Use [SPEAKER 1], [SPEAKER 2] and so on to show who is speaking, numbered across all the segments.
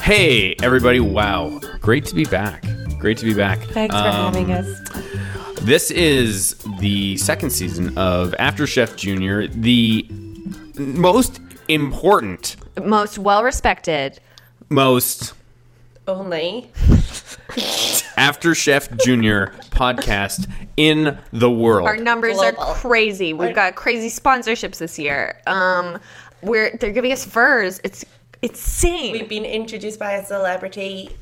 [SPEAKER 1] Hey, everybody. Wow. Great to be back. Great to be back.
[SPEAKER 2] Thanks for having us.
[SPEAKER 1] This is the second season of After Chef Junior, the most important,
[SPEAKER 2] Most well respected.
[SPEAKER 1] most
[SPEAKER 3] Only.
[SPEAKER 1] After Chef Junior podcast in the world.
[SPEAKER 2] Our numbers
[SPEAKER 3] Global.
[SPEAKER 2] are crazy. We've got crazy sponsorships this year. Um, we're they're giving us furs. It's it's insane.
[SPEAKER 3] We've been introduced by a celebrity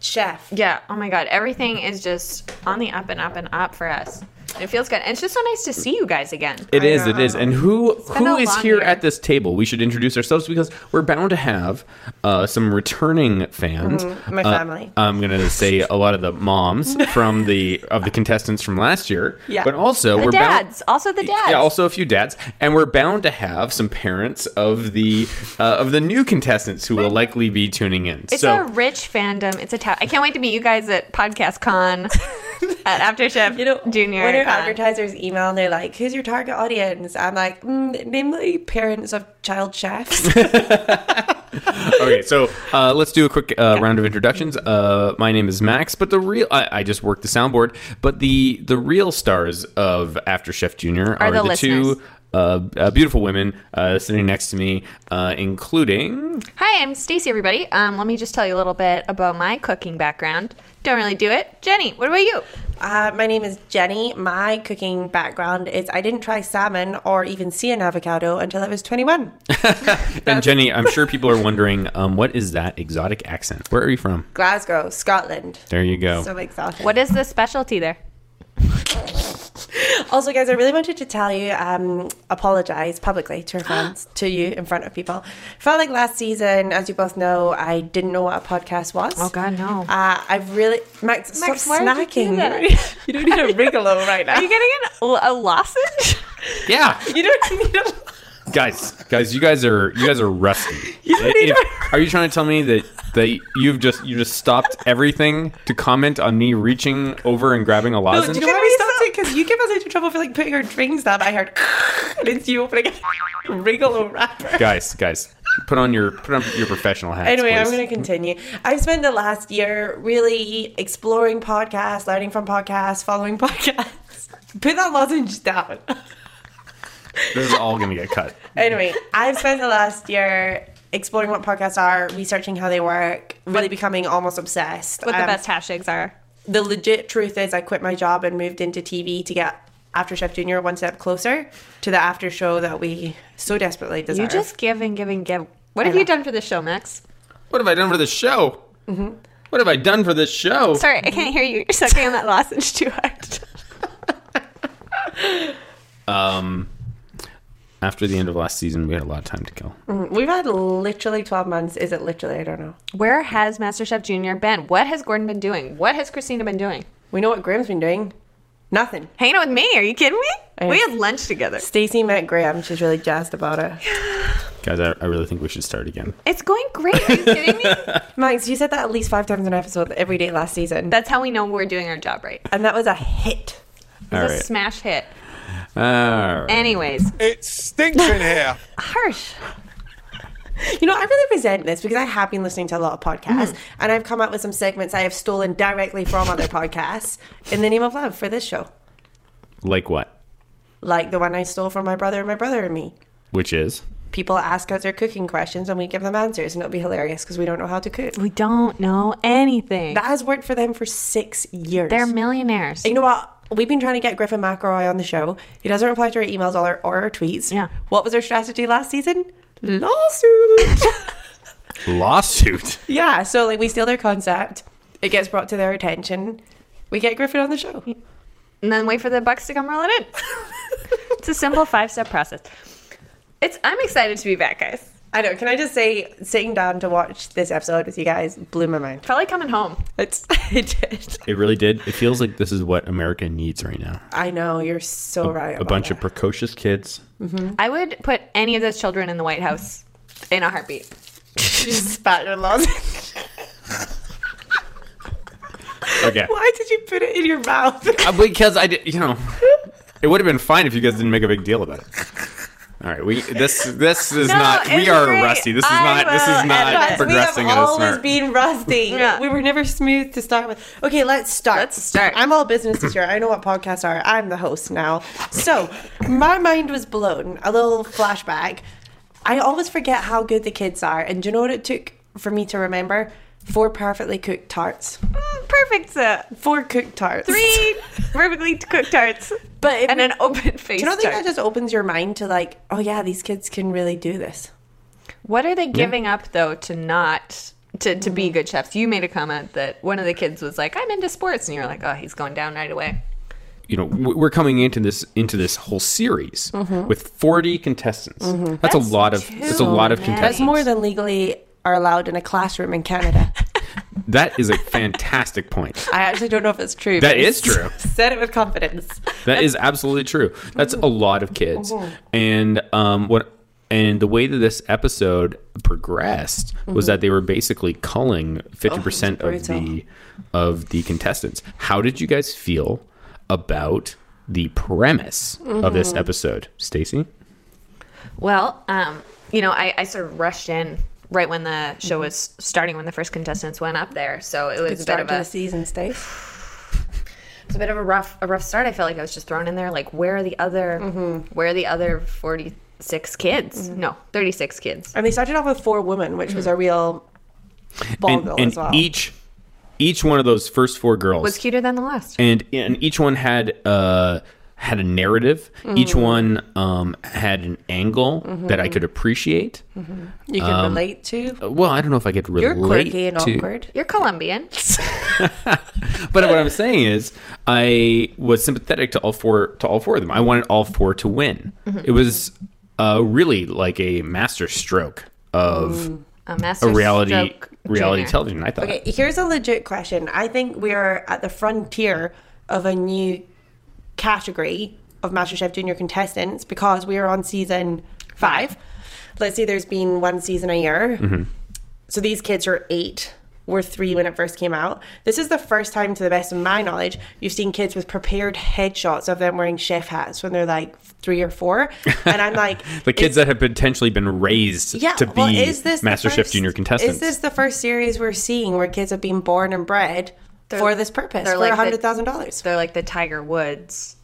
[SPEAKER 3] chef.
[SPEAKER 2] yeah. Oh my god. Everything is just on the up and up and up for us. It feels good. And it's just so nice to see you guys again.
[SPEAKER 1] It is. It is. And who
[SPEAKER 2] been
[SPEAKER 1] who
[SPEAKER 2] a
[SPEAKER 1] is
[SPEAKER 2] long
[SPEAKER 1] here
[SPEAKER 2] year.
[SPEAKER 1] at this table? We should introduce ourselves because we're bound to have uh, some returning fans.
[SPEAKER 2] Mm-hmm.
[SPEAKER 3] my
[SPEAKER 1] Uh,
[SPEAKER 3] family.
[SPEAKER 1] I'm gonna say a lot of the moms from the of the contestants from last year.
[SPEAKER 3] Yeah.
[SPEAKER 1] But also
[SPEAKER 2] The
[SPEAKER 1] we're
[SPEAKER 2] dads. also the
[SPEAKER 1] Bound-
[SPEAKER 2] dads.
[SPEAKER 1] yeah, also a few dads, and we're bound to have some parents of the uh, of the new contestants who will likely be tuning in.
[SPEAKER 2] It's
[SPEAKER 1] so
[SPEAKER 2] a rich fandom. It's a ta- I can't wait to meet you guys at Podcast Con at After Chef Junior.
[SPEAKER 3] When our
[SPEAKER 2] Con.
[SPEAKER 3] advertisers email and they're like, who's your target audience? I'm like, mm, namely parents of child chefs.
[SPEAKER 1] okay, so uh, let's do a quick uh, round of introductions. Uh, my name is Max, but the real—I I just worked the soundboard. But the the real stars of After Chef Junior are,
[SPEAKER 2] the
[SPEAKER 1] the, two
[SPEAKER 2] listeners.
[SPEAKER 1] uh, uh, beautiful women uh, sitting next to me, uh, including
[SPEAKER 2] Hi, I'm Stacy. Everybody, um, let me just tell you a little bit about my cooking background. Don't really do it, Jenny. What about you?
[SPEAKER 3] uh, my name is Jenny. My cooking background is I didn't try salmon or even see an avocado until I was 21.
[SPEAKER 1] and Jenny. I'm sure people are wondering um, what is that exotic accent? Where are you from?
[SPEAKER 3] Glasgow, Scotland.
[SPEAKER 1] There you go.
[SPEAKER 3] So exotic.
[SPEAKER 2] What is the specialty there?
[SPEAKER 3] Also, guys, I really wanted to tell you, um, apologize publicly to your fans, to you in front of people. Felt like last season, as you both know, I didn't know what a podcast was.
[SPEAKER 2] Oh, God, no.
[SPEAKER 3] Uh, I've really Max,
[SPEAKER 2] Max,
[SPEAKER 3] stop
[SPEAKER 2] why did you do
[SPEAKER 3] snacking.
[SPEAKER 2] that?
[SPEAKER 3] You don't need a wriggle right now.
[SPEAKER 2] Are you getting an, a lozenge?
[SPEAKER 1] yeah,
[SPEAKER 3] You don't need a.
[SPEAKER 1] guys, guys, you guys are you guys are rusty. If- are you trying to tell me that that you've just you just stopped everything to comment on me reaching over and grabbing a
[SPEAKER 3] No, do
[SPEAKER 1] lozenge?
[SPEAKER 3] you know why we stopped it? Because you give us into trouble for like putting our drinks down. I heard, and it's you opening a wriggle wrapper.
[SPEAKER 1] guys, guys, put on your put on your professional hats.
[SPEAKER 3] Anyway, I'm
[SPEAKER 1] please.
[SPEAKER 3] going to continue. I've spent the last year really exploring podcasts, learning from podcasts, following podcasts. Put that lozenge down.
[SPEAKER 1] This is all gonna get cut.
[SPEAKER 3] anyway, I've spent the last year exploring what podcasts are, researching how they work, really becoming almost obsessed.
[SPEAKER 2] what the
[SPEAKER 3] Um,
[SPEAKER 2] best hashtags are?
[SPEAKER 3] The legit truth is, I quit my job and moved into TV to get After Chef Junior one step closer to the after show that we so desperately desire.
[SPEAKER 2] You just give and give and give. What have you done for this show, Max?
[SPEAKER 1] What have I done for this show?
[SPEAKER 3] Mm-hmm.
[SPEAKER 1] What have I done for this show?
[SPEAKER 2] Sorry, I can't hear you. You're sucking on that lozenge too hard.
[SPEAKER 1] Um, after the end of last season, we had a lot of time to kill.
[SPEAKER 3] we've had literally twelve months. Is it literally? I don't know.
[SPEAKER 2] Where has MasterChef Junior been? What has Gordon been doing? What has Christina been doing?
[SPEAKER 3] We know what Graham's been doing. Nothing.
[SPEAKER 2] Hanging out with me? Are you kidding
[SPEAKER 3] I-
[SPEAKER 2] me? We had lunch together.
[SPEAKER 3] Stacey met Graham. She's really jazzed about it.
[SPEAKER 1] Guys, I, I really think we should start again.
[SPEAKER 2] It's going great. Are you kidding me?
[SPEAKER 3] Max, you said that at least five times an episode every day last season,
[SPEAKER 2] That's how we know we're doing our job right. It
[SPEAKER 3] and that was a hit.
[SPEAKER 1] All
[SPEAKER 2] was a
[SPEAKER 1] right.
[SPEAKER 2] smash hit.
[SPEAKER 1] all right.
[SPEAKER 2] Anyways,
[SPEAKER 4] It stinks in here.
[SPEAKER 2] harsh.
[SPEAKER 3] You know, I really resent this because I have been listening to a lot of podcasts and I've come up with some segments I have stolen directly from other podcasts in the name of love for this show.
[SPEAKER 1] Like what?
[SPEAKER 3] Like the one I stole from my brother and my brother and me.
[SPEAKER 1] Which is?
[SPEAKER 3] People ask us their cooking questions and we give them answers and it'll be hilarious because we don't know how to cook.
[SPEAKER 2] We don't know anything.
[SPEAKER 3] That has worked for them for six years.
[SPEAKER 2] They're millionaires.
[SPEAKER 3] you know what? We've been trying to get Griffin McElroy on the show. He doesn't reply to our emails or our, or our tweets.
[SPEAKER 2] Yeah.
[SPEAKER 3] What was our strategy last season? Lawsuit.
[SPEAKER 1] Lawsuit.
[SPEAKER 3] Yeah, so like we steal their concept, it gets brought to their attention, we get Griffin on the show.
[SPEAKER 2] And then wait for the bucks to come rolling in. it's a simple five step process. It's I'm excited to be back, guys.
[SPEAKER 3] I know. Can I just say, sitting down to watch this episode with you guys blew my mind.
[SPEAKER 2] Probably coming home.
[SPEAKER 3] It's it did.
[SPEAKER 1] It really did. It feels like this is what America needs right now.
[SPEAKER 3] I know you're so right.
[SPEAKER 1] A bunch of precocious kids.
[SPEAKER 2] I would put any of those children in the White House in a heartbeat.
[SPEAKER 3] spat your lozenge.
[SPEAKER 1] Okay.
[SPEAKER 3] Why did you put it in your mouth?
[SPEAKER 1] Uh, because I did, you know, It would have been fine if you guys didn't make a big deal about it. All right, we this this is
[SPEAKER 2] No,
[SPEAKER 1] not we
[SPEAKER 2] it's
[SPEAKER 1] are
[SPEAKER 2] great.
[SPEAKER 1] rusty. This is
[SPEAKER 2] I
[SPEAKER 1] not this
[SPEAKER 2] will
[SPEAKER 1] is
[SPEAKER 2] edit
[SPEAKER 1] not
[SPEAKER 2] it.
[SPEAKER 1] progressing
[SPEAKER 3] we
[SPEAKER 1] in
[SPEAKER 3] have
[SPEAKER 1] a
[SPEAKER 3] always
[SPEAKER 1] smart.
[SPEAKER 3] been rusty.
[SPEAKER 2] Yeah.
[SPEAKER 3] We were never smooth to start with. Okay, let's start.
[SPEAKER 2] Let's start.
[SPEAKER 3] I'm all business this year. I know what podcasts are. I'm the host now. So my mind was blown. A little flashback. I always forget how good the kids are, and do you know what it took for me to remember? Four perfectly cooked tarts.
[SPEAKER 2] Mm, Perfect set.
[SPEAKER 3] Four cooked tarts.
[SPEAKER 2] Three perfectly cooked tarts
[SPEAKER 3] But if
[SPEAKER 2] and
[SPEAKER 3] you-
[SPEAKER 2] an open face
[SPEAKER 3] do you don't think
[SPEAKER 2] tart.
[SPEAKER 3] that just opens your mind to like, oh yeah, these kids can really do this.
[SPEAKER 2] What are they giving up though to not to, to be good chefs? You made a comment that one of the kids was like, "I'm into sports," and you're like, "Oh, he's going down right away."
[SPEAKER 1] You know, w- we're coming into this into this whole series with 40 contestants. That's, a
[SPEAKER 2] That's
[SPEAKER 1] lot of
[SPEAKER 2] too
[SPEAKER 1] that's a lot of
[SPEAKER 2] many.
[SPEAKER 1] contestants.
[SPEAKER 3] That's more than legally are allowed in a classroom in Canada.
[SPEAKER 1] That is a fantastic point.
[SPEAKER 3] I actually don't know if it's true.
[SPEAKER 1] That
[SPEAKER 3] but
[SPEAKER 1] is true.
[SPEAKER 3] Said it with confidence.
[SPEAKER 1] That is absolutely true. That's a lot of kids, and um, what and the way that this episode progressed was that they were basically culling fifty percent
[SPEAKER 3] Oh,
[SPEAKER 1] of
[SPEAKER 3] it's brutal.
[SPEAKER 1] the of the contestants. How did you guys feel about the premise of this episode, Stacy?
[SPEAKER 2] Well, um, you know, I, I sort of rushed in right when the show was starting, when the first contestants went up there, so it was a bit
[SPEAKER 3] Start
[SPEAKER 2] of
[SPEAKER 3] to the
[SPEAKER 2] a
[SPEAKER 3] season, Steve.
[SPEAKER 2] it's a bit of a rough a rough start. I felt like I was just thrown in there. Like, where are the other where are the other forty six kids? No, thirty six kids.
[SPEAKER 3] And they started off with four women, which was a real
[SPEAKER 1] And,
[SPEAKER 3] boggle
[SPEAKER 1] and
[SPEAKER 3] as well.
[SPEAKER 1] each each one of those first four girls
[SPEAKER 2] Was cuter than the last.
[SPEAKER 1] and and each one had uh had a narrative. Each one um, had an angle that I could appreciate.
[SPEAKER 3] you can relate to.
[SPEAKER 1] Well, I don't know if I could relate
[SPEAKER 3] You're quirky and
[SPEAKER 1] um, to,
[SPEAKER 3] awkward.
[SPEAKER 2] You're Colombian.
[SPEAKER 1] but what I'm saying is, I was sympathetic to all four to all four of them. I wanted all four to win.
[SPEAKER 3] Mm-hmm.
[SPEAKER 1] It was uh, really like a master stroke of
[SPEAKER 2] A master
[SPEAKER 1] a reality
[SPEAKER 2] stroke
[SPEAKER 1] reality
[SPEAKER 2] junior.
[SPEAKER 1] television. I thought.
[SPEAKER 3] Okay, here's a legit question. I think we are at the frontier of a new category of MasterChef Junior contestants because we are on season five. Let's say there's been one season a year.
[SPEAKER 1] Mm-hmm.
[SPEAKER 3] So these kids are eight. Were three when it first came out. This is the first time, to the best of my knowledge, you've seen kids with prepared headshots of them wearing chef hats when they're like three or four. And I'm like,
[SPEAKER 1] The kids that have potentially been raised
[SPEAKER 3] yeah,
[SPEAKER 1] to be
[SPEAKER 3] well, is this the
[SPEAKER 1] MasterChef
[SPEAKER 3] first-
[SPEAKER 1] Junior contestants.
[SPEAKER 3] Is this the first series we're seeing where kids have been born and bred for this purpose
[SPEAKER 2] they're
[SPEAKER 3] for
[SPEAKER 2] like the-
[SPEAKER 3] hundred thousand dollars?
[SPEAKER 2] They're like the Tiger Woods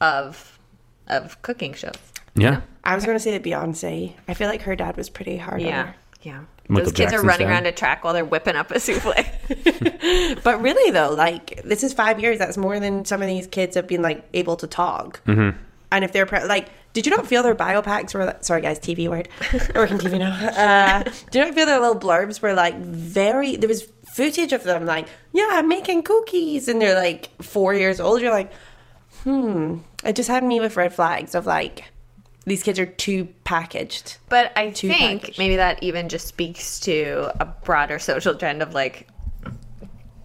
[SPEAKER 2] of of cooking shows.
[SPEAKER 1] yeah.
[SPEAKER 3] I was going to say that Beyonce. I feel like her dad was pretty hard on
[SPEAKER 2] Yeah. Yeah.
[SPEAKER 1] Michael
[SPEAKER 2] Those kids
[SPEAKER 1] Jackson's
[SPEAKER 2] are running
[SPEAKER 1] dad.
[SPEAKER 2] around a track while they're whipping up a souffle.
[SPEAKER 3] her. But really, though, like this is five years. That's more than some of these kids have been like able to talk. Mm-hmm. And if they're pre- like, did you not feel their biopacks were like, sorry guys, TV word, We're working TV now. Uh, do you not feel their little blurbs were like very? There was footage of them like, yeah, I'm making cookies, and they're like four years old. You're like. It just had me with red flags of like, these kids are too packaged.
[SPEAKER 2] but I think
[SPEAKER 3] packaged.
[SPEAKER 2] maybe that even just speaks to a broader social trend of like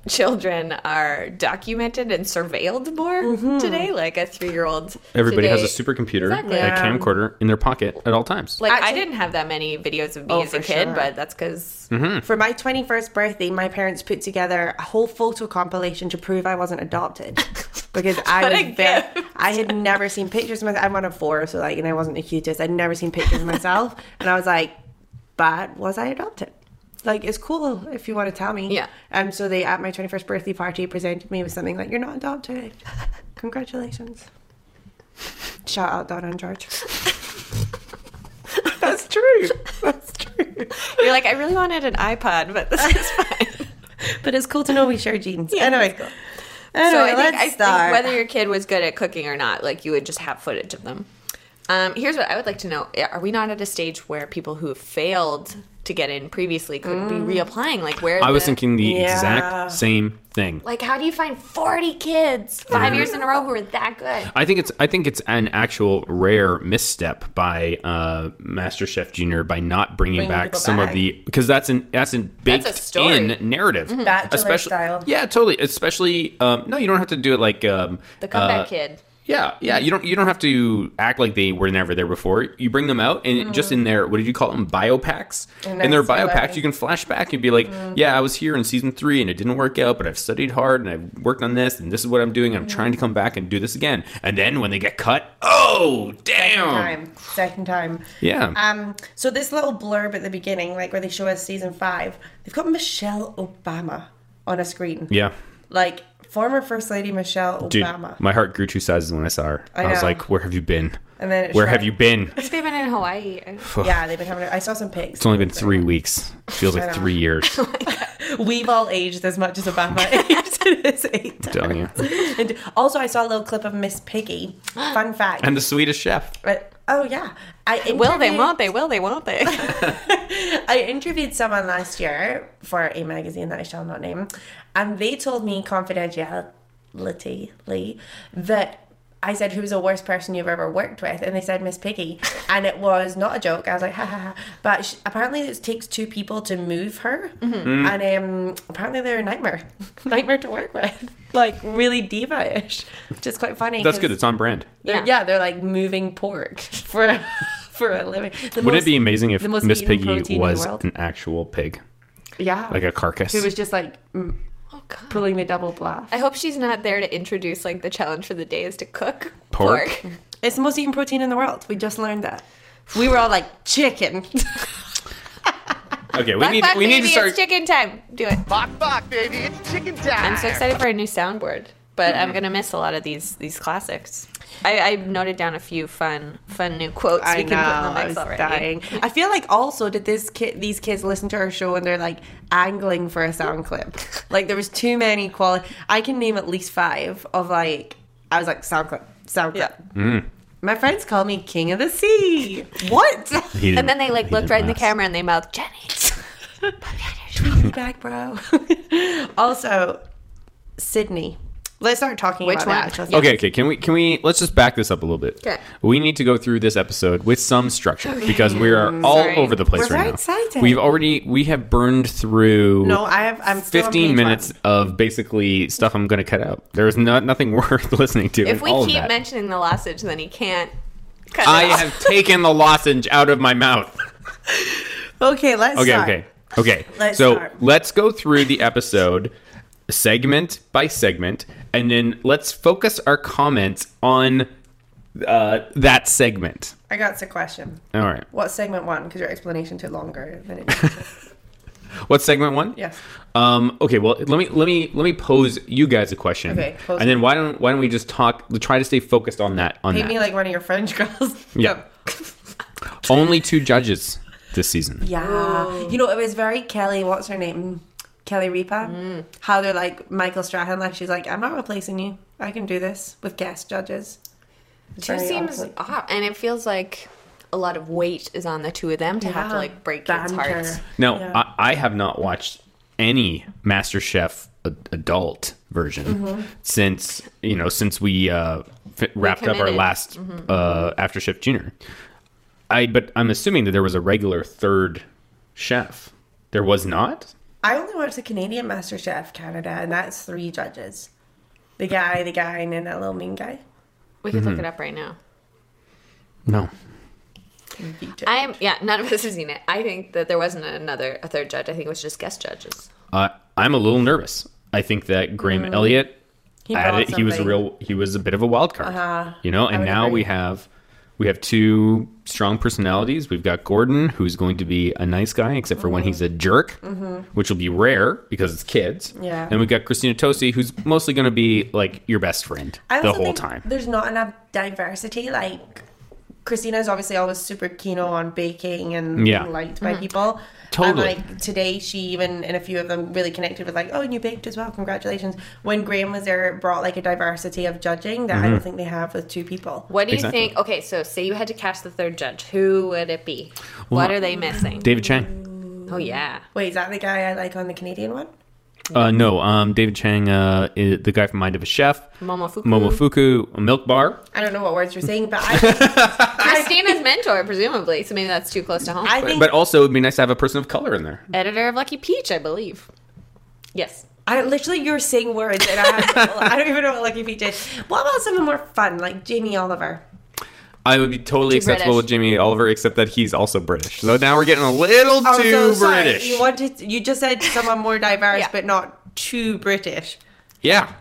[SPEAKER 2] children are documented and surveilled more
[SPEAKER 3] Mm-hmm.
[SPEAKER 2] today. Like a three year old.
[SPEAKER 1] Everybody has a supercomputer,
[SPEAKER 2] Exactly.
[SPEAKER 1] and a
[SPEAKER 2] Yeah.
[SPEAKER 1] camcorder in their pocket at all times.
[SPEAKER 2] Like I
[SPEAKER 3] Actually-
[SPEAKER 2] didn't have that many videos of me
[SPEAKER 3] Oh,
[SPEAKER 2] as a
[SPEAKER 3] for
[SPEAKER 2] kid,
[SPEAKER 3] sure.
[SPEAKER 2] but that's because
[SPEAKER 1] Hmm.
[SPEAKER 3] For my 21st birthday, my parents put together a whole photo compilation to prove I wasn't adopted. Because I
[SPEAKER 2] What a
[SPEAKER 3] was very,
[SPEAKER 2] gift.
[SPEAKER 3] I had never seen pictures of myself. I'm one of four, so like, and I wasn't the cutest. I'd never seen pictures of myself. and I was like, but was I adopted? Like, it's cool if you want to tell me.
[SPEAKER 2] Yeah.
[SPEAKER 3] Um, so they, at my 21st birthday party, presented me with something like, you're not adopted. Congratulations. Shout out Donna and George. That's true. That's true.
[SPEAKER 2] you're like I really wanted an iPod, but this is fine.
[SPEAKER 3] But it's cool to know we share genes.
[SPEAKER 2] Yeah,
[SPEAKER 3] anyway,
[SPEAKER 2] that's cool.
[SPEAKER 3] anyway,
[SPEAKER 2] so I think,
[SPEAKER 3] let's
[SPEAKER 2] I think
[SPEAKER 3] start.
[SPEAKER 2] whether your kid was good at cooking or not, like you would just have footage of them. Um, here's what I would like to know: Eh, Are we not at a stage where people who have failed to get in previously could be reapplying? Like where
[SPEAKER 1] I was
[SPEAKER 2] the-
[SPEAKER 1] thinking the
[SPEAKER 3] Yeah.
[SPEAKER 1] exact same thing.
[SPEAKER 2] like how do you find 40 kids 5 years in a row who are that good?
[SPEAKER 1] I think it's I think it's an actual rare misstep by uh, MasterChef Junior by not bringing,
[SPEAKER 3] Bringing
[SPEAKER 1] back
[SPEAKER 3] people
[SPEAKER 1] some of
[SPEAKER 3] back.
[SPEAKER 1] the because that's an that's an baked
[SPEAKER 2] story.
[SPEAKER 1] in narrative,
[SPEAKER 3] Bachelor
[SPEAKER 1] especially
[SPEAKER 3] style.
[SPEAKER 1] yeah, totally. Especially um, no, you don't have to do it like um,
[SPEAKER 2] The comeback
[SPEAKER 1] uh,
[SPEAKER 2] kid.
[SPEAKER 1] Yeah, yeah. You don't you don't have to act like they were never there before. You bring them out, and just in their what did you call them biopacks?
[SPEAKER 3] And
[SPEAKER 1] In their
[SPEAKER 3] that's what I-
[SPEAKER 1] biopacks, you can flash back and be like, "Yeah, I was here in season three, and it didn't work out, but I've studied hard, and I've worked on this, and this is what I'm doing. And I'm trying to come back and do this again." And then when they get cut, oh damn!
[SPEAKER 3] time, second time.
[SPEAKER 1] Yeah.
[SPEAKER 3] Um, so this little blurb at the beginning, like where they show us season five, they've got Michelle Obama on a screen.
[SPEAKER 1] Yeah,
[SPEAKER 3] Like former First Lady Michelle
[SPEAKER 1] dude,
[SPEAKER 3] Obama.
[SPEAKER 1] my heart grew two sizes when I saw her. I,
[SPEAKER 3] I
[SPEAKER 1] was
[SPEAKER 3] know.
[SPEAKER 1] like, "Where have you been?
[SPEAKER 3] And then it
[SPEAKER 1] Where
[SPEAKER 3] showed-
[SPEAKER 1] have you been?"
[SPEAKER 2] It's been in Hawaii. I-
[SPEAKER 3] Yeah, they've been having. I saw some pics.
[SPEAKER 1] It's only been three weeks. Feels
[SPEAKER 3] I
[SPEAKER 1] like
[SPEAKER 3] know.
[SPEAKER 1] three years. I'm
[SPEAKER 3] We've all aged as much as Obama aged in his eight.
[SPEAKER 1] telling you.
[SPEAKER 3] And also, I saw a little clip of Miss Piggy. Fun fact.
[SPEAKER 1] And the Swedish chef.
[SPEAKER 3] But- oh yeah, I
[SPEAKER 2] Will they?
[SPEAKER 3] interviewed-
[SPEAKER 2] Won't they? Will they? Won't they?
[SPEAKER 3] I interviewed someone last year for a magazine that I shall not name, and they told me confidentially that I said, "Who's the worst person you've ever worked with?" And they said Miss Piggy, and it was not a joke. I was like, "Ha ha ha!" But sh apparently, it takes two people to move her,
[SPEAKER 1] Mm-hmm.
[SPEAKER 3] and um, apparently they're a nightmare, nightmare to work with, like really diva-ish, which is quite funny.
[SPEAKER 1] That's
[SPEAKER 3] 'cause
[SPEAKER 1] good. It's on brand.
[SPEAKER 3] They're, yeah.
[SPEAKER 2] Yeah.
[SPEAKER 3] they're like moving pork for for a living. The
[SPEAKER 1] Wouldn't
[SPEAKER 3] most-
[SPEAKER 1] it be amazing if
[SPEAKER 3] the most
[SPEAKER 1] Miss
[SPEAKER 3] eaten
[SPEAKER 1] Piggy
[SPEAKER 3] protein in the
[SPEAKER 1] was
[SPEAKER 3] world.
[SPEAKER 1] an actual pig,
[SPEAKER 3] yeah
[SPEAKER 1] like a carcass?
[SPEAKER 3] It was just like mm,
[SPEAKER 2] Oh, God.
[SPEAKER 3] pulling the double bluff.
[SPEAKER 2] I hope she's not there to introduce like the challenge for the day is to cook
[SPEAKER 1] Pork.
[SPEAKER 3] It's the most eaten protein in the world. We just learned that. We were all like chicken.
[SPEAKER 1] okay, we
[SPEAKER 2] Buck,
[SPEAKER 1] need
[SPEAKER 2] buck,
[SPEAKER 1] we need
[SPEAKER 2] baby,
[SPEAKER 1] to start.
[SPEAKER 2] It's chicken time. Do it.
[SPEAKER 4] Bok bok, baby, it's chicken time.
[SPEAKER 2] I'm so excited for a new soundboard, but
[SPEAKER 3] Mm-hmm.
[SPEAKER 2] I'm gonna miss a lot of these these classics. I, I noted down a few fun fun new quotes we can put in the
[SPEAKER 3] I
[SPEAKER 2] mix
[SPEAKER 3] was
[SPEAKER 2] already.
[SPEAKER 3] dying. I feel like also did this kid, these kids listen to our show and they're like angling for a sound clip. Like there was too many quality. I can name at least five of like I was like sound clip, sound clip.
[SPEAKER 1] Mm.
[SPEAKER 3] My friends call me king of the sea. what?
[SPEAKER 1] He didn't-
[SPEAKER 2] And then they like
[SPEAKER 1] he
[SPEAKER 2] looked
[SPEAKER 1] didn't
[SPEAKER 2] right in the
[SPEAKER 1] last.
[SPEAKER 2] camera and they mouthed Jenny.
[SPEAKER 3] Be back, bro. also, Sydney. Let's start talking
[SPEAKER 2] Which
[SPEAKER 3] about
[SPEAKER 2] one?
[SPEAKER 3] the actual thing.
[SPEAKER 1] Okay, okay. Can we can we let's just back this up a little bit?
[SPEAKER 2] 'Kay.
[SPEAKER 1] We need to go through this episode with some structure because we are all
[SPEAKER 2] Sorry.
[SPEAKER 1] over the place
[SPEAKER 3] We're
[SPEAKER 1] right
[SPEAKER 3] very
[SPEAKER 1] now.
[SPEAKER 3] excited.
[SPEAKER 1] We've already we have burned through
[SPEAKER 3] No, I have. I'm still on
[SPEAKER 1] 15
[SPEAKER 3] page
[SPEAKER 1] minutes
[SPEAKER 3] one.
[SPEAKER 1] of basically stuff I'm going to cut out. There's not nothing worth listening to in
[SPEAKER 2] If we
[SPEAKER 1] all
[SPEAKER 2] keep
[SPEAKER 1] of that.
[SPEAKER 2] mentioning the lozenge, then he can't. Cut it
[SPEAKER 1] I
[SPEAKER 2] off.
[SPEAKER 1] have taken the lozenge out of my mouth.
[SPEAKER 3] Okay, let's.
[SPEAKER 1] Okay,
[SPEAKER 3] start.
[SPEAKER 1] okay, okay.
[SPEAKER 3] Let's
[SPEAKER 1] so
[SPEAKER 3] start.
[SPEAKER 1] let's go through the episode segment by segment, and then let's focus our comments on uh, that segment.
[SPEAKER 3] I got the question.
[SPEAKER 1] All right.
[SPEAKER 3] What's segment one? Because your explanation took longer than it. needed to.
[SPEAKER 1] What's segment one?
[SPEAKER 3] yes.
[SPEAKER 1] Um, okay. Well, let me let me let me pose you guys a question.
[SPEAKER 3] Okay, pose
[SPEAKER 1] and then why don't why don't we just talk? Try to stay focused on that. On
[SPEAKER 3] Paint
[SPEAKER 1] that.
[SPEAKER 3] me like one of your French girls.
[SPEAKER 1] Yeah. Only two judges this season.
[SPEAKER 3] Yeah. You know, it was very Kelly. What's her name? Kelly Ripa. How they're like Michael Strahan. Like she's like, I'm not replacing you. I can do this with guest judges. It's
[SPEAKER 2] Two
[SPEAKER 3] very
[SPEAKER 2] seems
[SPEAKER 3] awkward.
[SPEAKER 2] off, and it feels like a lot of weight is on the two of them to have to
[SPEAKER 3] Yeah.
[SPEAKER 2] like break kids'
[SPEAKER 3] Banter.
[SPEAKER 2] hearts.
[SPEAKER 1] Now,
[SPEAKER 3] Yeah.
[SPEAKER 1] I, I have not watched any MasterChef a- adult version since you know since we uh, fi wrapped up our
[SPEAKER 2] committed.
[SPEAKER 1] last uh, After Chef Junior. I but I'm assuming that there was a regular third chef. There was not.
[SPEAKER 3] I only watched the Canadian Master Chef Canada, and that's three judges. The guy, the guy, and then that little mean guy.
[SPEAKER 2] We could look
[SPEAKER 1] Mm-hmm.
[SPEAKER 2] it up right now.
[SPEAKER 1] No.
[SPEAKER 2] I'm yeah, none of us have seen it. I think that there wasn't another a third judge. I think it was just guest judges.
[SPEAKER 1] Uh, I'm a little nervous. I think that Graham Elliott
[SPEAKER 3] Mm. He
[SPEAKER 1] added.
[SPEAKER 3] brought
[SPEAKER 1] He was a
[SPEAKER 3] something.
[SPEAKER 1] real. He was a bit of a wild card.
[SPEAKER 3] Uh-huh.
[SPEAKER 1] You know,
[SPEAKER 3] I
[SPEAKER 1] and
[SPEAKER 3] would
[SPEAKER 1] now
[SPEAKER 3] agree.
[SPEAKER 1] we have we have two strong personalities. We've got Gordon, who's going to be a nice guy, except for
[SPEAKER 3] Mm-hmm.
[SPEAKER 1] when he's a jerk, which will be rare because it's kids.
[SPEAKER 3] Yeah.
[SPEAKER 1] And we've got Christina Tosi, who's mostly going to be like your best friend
[SPEAKER 3] I
[SPEAKER 1] the
[SPEAKER 3] also
[SPEAKER 1] whole
[SPEAKER 3] think
[SPEAKER 1] time.
[SPEAKER 3] There's not enough diversity. Like Christina's obviously always super keen on baking and
[SPEAKER 1] Yeah.
[SPEAKER 3] being liked by people.
[SPEAKER 1] Totally.
[SPEAKER 3] And like today, she even and a few of them really connected with like, oh, and you baked as well. Congratulations. When Graham was there, it brought like a diversity of judging that I
[SPEAKER 1] Mm-hmm.
[SPEAKER 3] don't think they have with two people.
[SPEAKER 2] What do you
[SPEAKER 1] Exactly.
[SPEAKER 2] think? Okay, so say you had to cast the third judge. Who would it be? what are they missing?
[SPEAKER 1] David
[SPEAKER 3] Mm-hmm.
[SPEAKER 1] Chang.
[SPEAKER 2] oh yeah,
[SPEAKER 3] Wait, is that the guy I like on the Canadian one?
[SPEAKER 1] Uh, no, um, David Chang, uh, is the guy from Mind of a Chef,
[SPEAKER 2] Momofuku.
[SPEAKER 1] Momofuku, Milk Bar.
[SPEAKER 3] I don't know what words you're saying, but I,
[SPEAKER 2] Christina's mentor, presumably. So maybe that's too close to home.
[SPEAKER 3] I think
[SPEAKER 1] But also, it'd be nice to have a person of color in there.
[SPEAKER 2] Editor of Lucky Peach, I believe. Yes.
[SPEAKER 3] I literally you're saying words, and I, have, I don't even know what Lucky Feet did. What about something more fun, like Jamie Oliver?
[SPEAKER 1] I would be totally
[SPEAKER 2] Too
[SPEAKER 1] acceptable
[SPEAKER 2] British.
[SPEAKER 1] with Jamie Oliver, except that he's also British. So now we're getting a little
[SPEAKER 3] Oh,
[SPEAKER 1] too
[SPEAKER 3] so sorry.
[SPEAKER 1] British.
[SPEAKER 3] You wanted you just said someone more diverse,
[SPEAKER 2] Yeah.
[SPEAKER 3] but not too British.
[SPEAKER 1] yeah.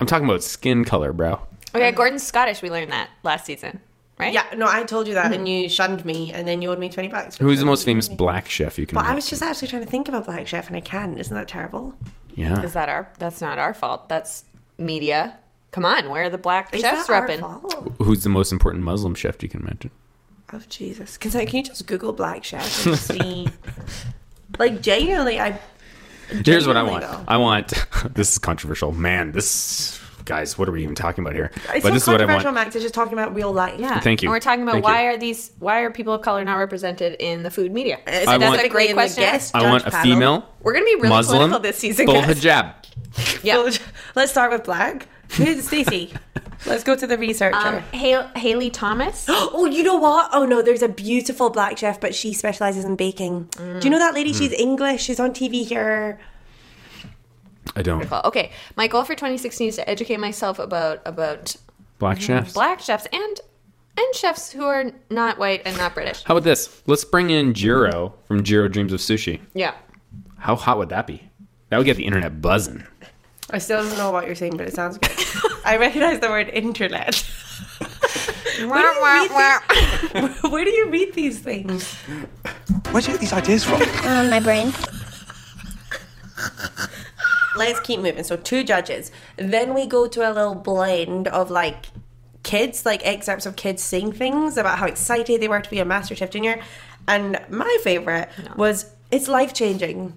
[SPEAKER 1] I'm talking about skin color, bro.
[SPEAKER 2] Okay, Gordon's Scottish. We learned that last season, right?
[SPEAKER 3] Yeah, no, I told you that, and you shunned me, and then you owed me twenty bucks.
[SPEAKER 1] Who's the most famous black chef you can?
[SPEAKER 3] But I
[SPEAKER 1] name?
[SPEAKER 3] was just actually trying to think about Black Chef, and I can. Isn't that terrible?
[SPEAKER 1] yeah.
[SPEAKER 2] Is that our? That's not our fault. That's media. Come on, where are the black
[SPEAKER 3] Is
[SPEAKER 2] chefs
[SPEAKER 3] that our
[SPEAKER 2] repping?
[SPEAKER 3] fault?
[SPEAKER 1] Who's the most important Muslim chef you can mention?
[SPEAKER 3] Oh Jesus! Can, I, can you just Google Black Chef and see? like genuinely, I
[SPEAKER 1] Here's what I
[SPEAKER 3] Genuinely,
[SPEAKER 1] want. I want. This is controversial, man. This guys, what are we even talking about here?
[SPEAKER 3] it's
[SPEAKER 1] but
[SPEAKER 3] not
[SPEAKER 1] this is what I
[SPEAKER 3] controversial,
[SPEAKER 1] want.
[SPEAKER 3] Max. It's just talking about real life.
[SPEAKER 2] Yeah.
[SPEAKER 1] Thank you.
[SPEAKER 2] And we're talking about
[SPEAKER 1] Thank
[SPEAKER 2] why
[SPEAKER 1] you.
[SPEAKER 2] are these? Why are people of color not represented in the food media?
[SPEAKER 3] It's
[SPEAKER 1] I want-
[SPEAKER 2] that's a great
[SPEAKER 3] in the
[SPEAKER 2] question.
[SPEAKER 3] guest
[SPEAKER 1] I want a
[SPEAKER 3] judge panel.
[SPEAKER 1] female
[SPEAKER 2] We're gonna be really
[SPEAKER 1] Muslim
[SPEAKER 2] political this season.
[SPEAKER 1] full
[SPEAKER 2] guys.
[SPEAKER 1] hijab.
[SPEAKER 2] Yeah.
[SPEAKER 3] Let's start with black. Who's Stacey? Let's go to the researcher.
[SPEAKER 2] Um, Hal- Haley Thomas.
[SPEAKER 3] Oh, you know what? Oh no, there's a beautiful black chef, but she specializes in baking. Do you know that lady? She's English. She's on TV here.
[SPEAKER 1] I don't
[SPEAKER 2] Well, okay, my goal for 2016 is to educate myself about about
[SPEAKER 1] black
[SPEAKER 3] Mm-hmm.
[SPEAKER 1] chefs.
[SPEAKER 2] black chefs and and chefs who are not white and not British.
[SPEAKER 1] How about this? Let's bring in Jiro from Jiro Dreams of Sushi.
[SPEAKER 2] Yeah.
[SPEAKER 1] How hot would that be? That would get the internet buzzing.
[SPEAKER 3] I still don't know what you're saying, but it sounds good. I recognize the word internet. where, do you read these, where do you read these things?
[SPEAKER 5] Where'd you get these ideas from?
[SPEAKER 6] Um, my brain.
[SPEAKER 3] Let's keep moving. So two judges. Then we go to a little blend of like kids, like excerpts of kids saying things about how excited they were to be a Master Chef Junior. And my favorite was it's life changing.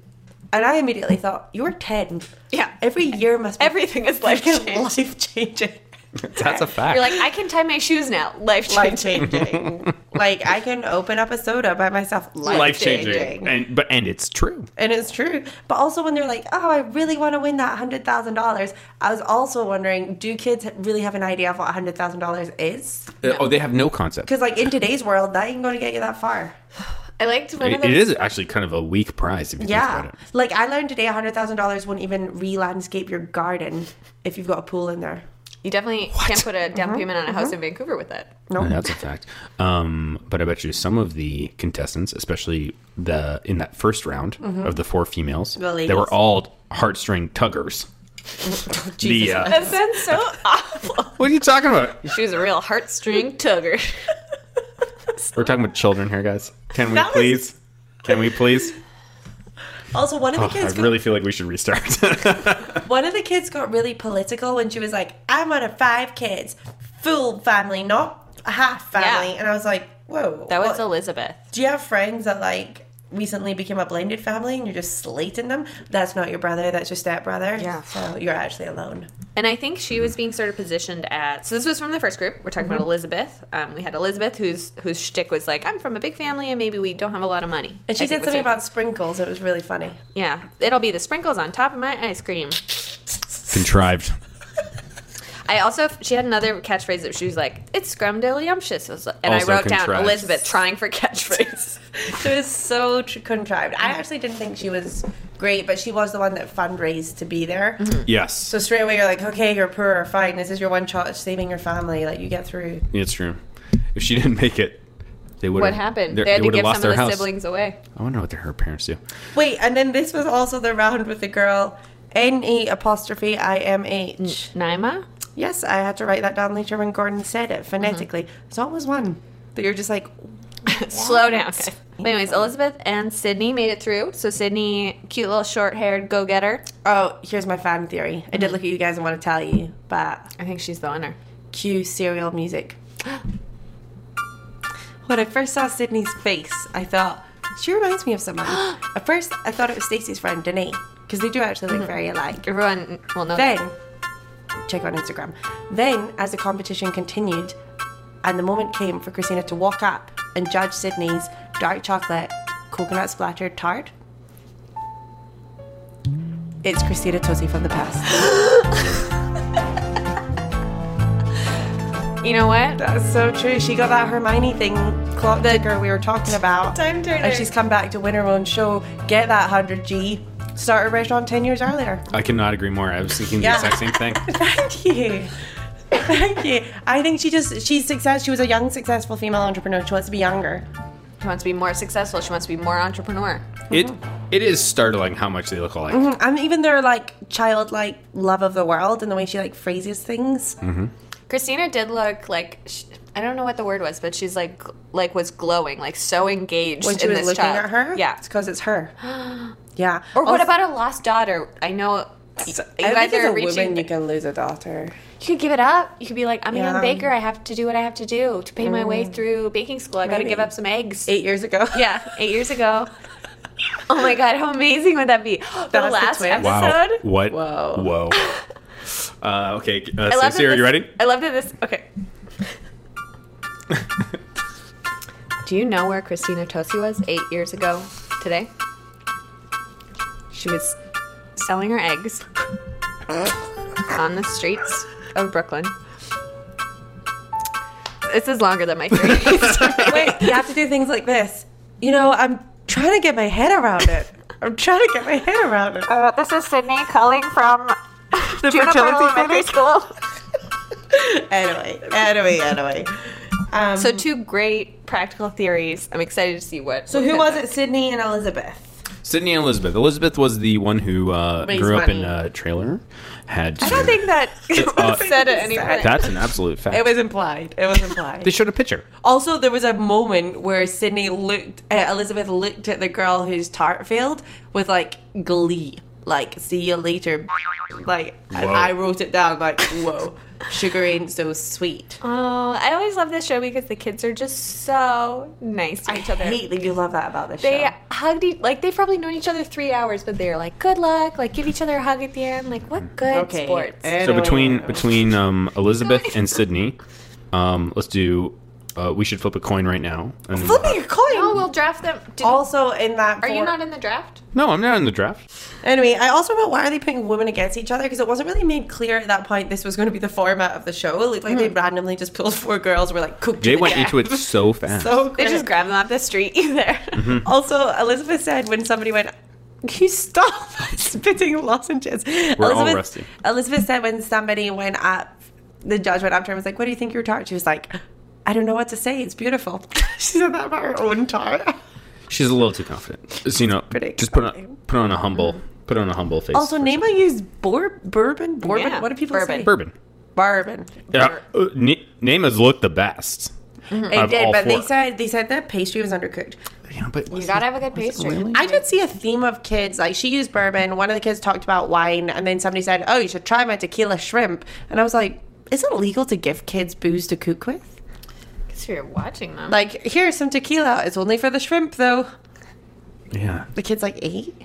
[SPEAKER 3] And I immediately thought, you're ten.
[SPEAKER 2] Yeah.
[SPEAKER 3] Every year must be
[SPEAKER 2] Everything is life changing.
[SPEAKER 3] Life changing.
[SPEAKER 1] That's a fact.
[SPEAKER 2] You're like, I can tie my shoes now. Life
[SPEAKER 3] Life
[SPEAKER 2] changing.
[SPEAKER 3] changing. like I can open up a soda by myself. Life changing.
[SPEAKER 1] and but and it's true.
[SPEAKER 3] and it's true. But also when they're like, "Oh, I really want to win that hundred thousand dollars," I was also wondering, do kids really have an idea of what hundred thousand dollars is?
[SPEAKER 1] Uh, Oh, they have no concept.
[SPEAKER 3] Because like in today's world, that ain't going to get you that far.
[SPEAKER 2] I liked one of
[SPEAKER 1] It,
[SPEAKER 2] those.
[SPEAKER 1] it is actually kind of a weak prize if you think
[SPEAKER 3] Yeah,
[SPEAKER 1] about it.
[SPEAKER 3] like I learned today, hundred thousand dollars won't even re-landscape your garden if you've got a pool in there.
[SPEAKER 2] You definitely can't put a down payment on a house in Vancouver with that.
[SPEAKER 3] No.
[SPEAKER 1] That's a fact. Um, but I bet you some of the contestants, especially the in that first round of the four females,
[SPEAKER 3] Mm-hmm. The
[SPEAKER 1] they
[SPEAKER 3] ladies.
[SPEAKER 1] were all heartstring tuggers. the, uh,
[SPEAKER 2] That sounds so awful.
[SPEAKER 1] what are you talking about?
[SPEAKER 2] She was a real heartstring tugger.
[SPEAKER 1] We're talking about children here, guys. Can we
[SPEAKER 3] That was-
[SPEAKER 1] please? Can we please?
[SPEAKER 3] Also, one of the
[SPEAKER 1] Oh, I
[SPEAKER 3] kids, got,
[SPEAKER 1] really feel like we should restart.
[SPEAKER 3] one of the kids got really political when she was like, "I'm on a five kids, full family, not a half family,"
[SPEAKER 2] Yeah.
[SPEAKER 3] and I was like, "Whoa,
[SPEAKER 2] That was
[SPEAKER 3] what-
[SPEAKER 2] Elizabeth.
[SPEAKER 3] Do you have friends that like recently became a blended family and you're just slating them? That's not your brother, that's your stepbrother.
[SPEAKER 2] Yeah.
[SPEAKER 3] So you're actually alone.
[SPEAKER 2] And I think she was being sort of positioned at. So this was from the first group. We're talking about Elizabeth. Um, we had Elizabeth, whose whose shtick was like, "I'm from a big family, and maybe we don't have a lot of money."
[SPEAKER 3] And she
[SPEAKER 2] I think
[SPEAKER 3] said
[SPEAKER 2] was
[SPEAKER 3] something
[SPEAKER 2] her-
[SPEAKER 3] about sprinkles. It was really funny.
[SPEAKER 2] "Yeah, it'll be the sprinkles on top of my ice cream."
[SPEAKER 1] Contrived.
[SPEAKER 2] I also she had another catchphrase that she was like, "It's scrumdiddlyumptious," It was- and I
[SPEAKER 1] Also
[SPEAKER 2] wrote down
[SPEAKER 1] contrived.
[SPEAKER 2] Elizabeth trying for catchphrase.
[SPEAKER 3] It was so tr- contrived. I actually didn't think she was great, but she was the one that fundraised to be there.
[SPEAKER 1] Yes.
[SPEAKER 3] So straight away you're like, okay, you're poor, fine. This is your one shot at saving your family. Like you get through.
[SPEAKER 1] it's true. If she didn't make it, they would.
[SPEAKER 2] what happened? They had to give some of the siblings away.
[SPEAKER 1] I wonder what their her parents do.
[SPEAKER 3] Wait, and then this was also the round with the girl. N E apostrophe I M H.
[SPEAKER 2] Naima.
[SPEAKER 3] Yes, I had to write that down later when Gordon said it phonetically. There's always one that you're just like,
[SPEAKER 2] Slow down. guys. But anyways, Elizabeth and Sydney made it through. So Sydney, cute little short-haired go-getter.
[SPEAKER 3] oh, here's my fan theory. I did look at you guys and want to tell you, but
[SPEAKER 2] I think she's the winner.
[SPEAKER 3] cue serial music. When I first saw Sydney's face, I thought, she reminds me of someone. at first, I thought it was Stacey's friend, Danae, because they do actually look very alike.
[SPEAKER 2] Everyone will know.
[SPEAKER 3] Then, check on Instagram. Then, as the competition continued, and the moment came for Christina to walk up and judge Sydney's dark chocolate coconut splattered tart. It's Christina Tosi from the past.
[SPEAKER 2] You know what?
[SPEAKER 3] That's so true. She got that Hermione thing clock ticker we were talking about.
[SPEAKER 2] Time turner.
[SPEAKER 3] And she's come back to win her own show, get that 100G. Start a restaurant 10 years earlier.
[SPEAKER 1] I cannot agree more. I was thinking
[SPEAKER 3] Yeah.
[SPEAKER 1] the exact same thing.
[SPEAKER 3] Thank you. Thank you. I think she just, she's success. She was a young, successful female entrepreneur. She wants to be younger.
[SPEAKER 2] She wants to be more successful. She wants to be more entrepreneur.
[SPEAKER 1] It it is startling how much they look alike.
[SPEAKER 3] And even their like childlike love of the world and the way she like phrases things.
[SPEAKER 2] Christina did look like sh I don't know what the word was, but she's like like was glowing, like so engaged
[SPEAKER 3] when she
[SPEAKER 2] in
[SPEAKER 3] was
[SPEAKER 2] this
[SPEAKER 3] looking
[SPEAKER 2] child.
[SPEAKER 3] at her.
[SPEAKER 2] Yeah.
[SPEAKER 3] it's because it's her. Yeah.
[SPEAKER 2] Or what
[SPEAKER 3] Also-
[SPEAKER 2] about a lost daughter? I know you
[SPEAKER 3] I
[SPEAKER 2] guys
[SPEAKER 3] think as
[SPEAKER 2] are
[SPEAKER 3] a
[SPEAKER 2] reaching.
[SPEAKER 3] woman,
[SPEAKER 2] you,
[SPEAKER 3] you can lose a daughter.
[SPEAKER 2] could give it up. You could be like, I'm a
[SPEAKER 3] Yeah.
[SPEAKER 2] young baker. I have to do what I have to do to pay my way through baking school. I got to
[SPEAKER 3] Maybe.
[SPEAKER 2] give up some eggs.
[SPEAKER 3] Eight years ago.
[SPEAKER 2] Yeah, eight years ago. Oh my god, how amazing would that be? The
[SPEAKER 3] was the
[SPEAKER 2] last
[SPEAKER 3] twist.
[SPEAKER 2] episode.
[SPEAKER 1] Wow. What?
[SPEAKER 3] Whoa.
[SPEAKER 1] Whoa. Uh, okay, uh,
[SPEAKER 2] I love
[SPEAKER 1] Stacey,
[SPEAKER 2] that
[SPEAKER 1] are you
[SPEAKER 2] this-
[SPEAKER 1] ready?
[SPEAKER 2] I love that this. Okay. Do you know where Christina Tosi was eight years ago today? She was selling her eggs on the streets of Brooklyn. This is longer than my theory.
[SPEAKER 3] Wait, you have to do things like this. You know, I'm trying to get my head around it. I'm trying to get my head around it.
[SPEAKER 2] Uh, this is Sydney calling from the Juniper Elementary School.
[SPEAKER 3] Anyway, anyway, anyway. Um,
[SPEAKER 2] So
[SPEAKER 3] so,
[SPEAKER 2] two great practical theories. I'm excited to see what. So
[SPEAKER 3] who was it? Sydney and Elizabeth.
[SPEAKER 1] Sydney and Elizabeth. Elizabeth was the one who uh,
[SPEAKER 3] Raised
[SPEAKER 1] grew up in
[SPEAKER 3] money.
[SPEAKER 1] a trailer. Had
[SPEAKER 2] I don't think that
[SPEAKER 1] uh,
[SPEAKER 2] said at any point.
[SPEAKER 1] that's an absolute fact.
[SPEAKER 3] It was implied. It was
[SPEAKER 1] they
[SPEAKER 3] implied.
[SPEAKER 1] showed a picture.
[SPEAKER 3] also, there was a moment where Sydney looked, uh, Elizabeth looked at the girl who's tart filled with like glee, like "see you later." Like and
[SPEAKER 1] Whoa.
[SPEAKER 3] I wrote it down, like "whoa, sugar ain't so sweet."
[SPEAKER 2] Oh, I always love this show because the kids are just so nice to each other.
[SPEAKER 3] I hate that you love that about this
[SPEAKER 2] they
[SPEAKER 3] show.
[SPEAKER 2] hugged each like they've probably known each other three hours, but they're like, "Good luck!" Like give each other a hug at the end. Like what good sports?
[SPEAKER 1] So between between um, Elizabeth and Sydney, um, let's do. Uh, we should flip a coin right now. And then-
[SPEAKER 3] flipping your coin.
[SPEAKER 2] Oh, we'll draft them. Did,
[SPEAKER 3] also in that.
[SPEAKER 2] are you
[SPEAKER 3] for-
[SPEAKER 2] not in the draft?
[SPEAKER 1] no, I'm not in the draft.
[SPEAKER 3] Anyway, I also wrote why are they putting women against each other because it wasn't really made clear at that point this was going to be the format of the show. It looked like they
[SPEAKER 2] Hmm.
[SPEAKER 3] randomly just pulled four girls were like cooked.
[SPEAKER 1] Jay went into it so fast.
[SPEAKER 3] So
[SPEAKER 2] They
[SPEAKER 3] quick.
[SPEAKER 2] just grabbed them off the street either.
[SPEAKER 3] also Elizabeth said when somebody went. "Can You stop spitting lozenges.
[SPEAKER 1] all
[SPEAKER 3] Elizabeth,
[SPEAKER 1] rusty.
[SPEAKER 3] Elizabeth said when somebody went up, the judge went up to her and was like, "What do you think your tart?" She was like, "I don't know what to say. It's beautiful." she said that about her own tart.
[SPEAKER 1] She's a little too confident. So, you know,
[SPEAKER 3] Pretty
[SPEAKER 1] just put on
[SPEAKER 3] confident.
[SPEAKER 1] put on a humble put on a humble face.
[SPEAKER 3] Also, Naima used bour- bourbon. Bourbon.
[SPEAKER 2] Yeah,
[SPEAKER 3] what do people
[SPEAKER 2] bourbon.
[SPEAKER 3] say?
[SPEAKER 1] bourbon.
[SPEAKER 3] bourbon.
[SPEAKER 1] Yeah, uh, Na- Nama's looked the best.
[SPEAKER 3] Mm-hmm. They
[SPEAKER 1] Of
[SPEAKER 3] did,
[SPEAKER 1] all
[SPEAKER 3] but they
[SPEAKER 1] four.
[SPEAKER 3] said they said the pastry was undercooked.
[SPEAKER 1] You know, but
[SPEAKER 2] You gotta have a good pastry.
[SPEAKER 3] I did see a theme of kids like she used bourbon. One of the kids talked about wine, and then somebody said, "Oh, you should try my tequila shrimp." And I was like, "Is it legal to give kids booze to cook with?
[SPEAKER 2] Because you're watching them.
[SPEAKER 3] Like, here's some tequila. It's only for the shrimp, though."
[SPEAKER 1] yeah,
[SPEAKER 3] The kids like eight.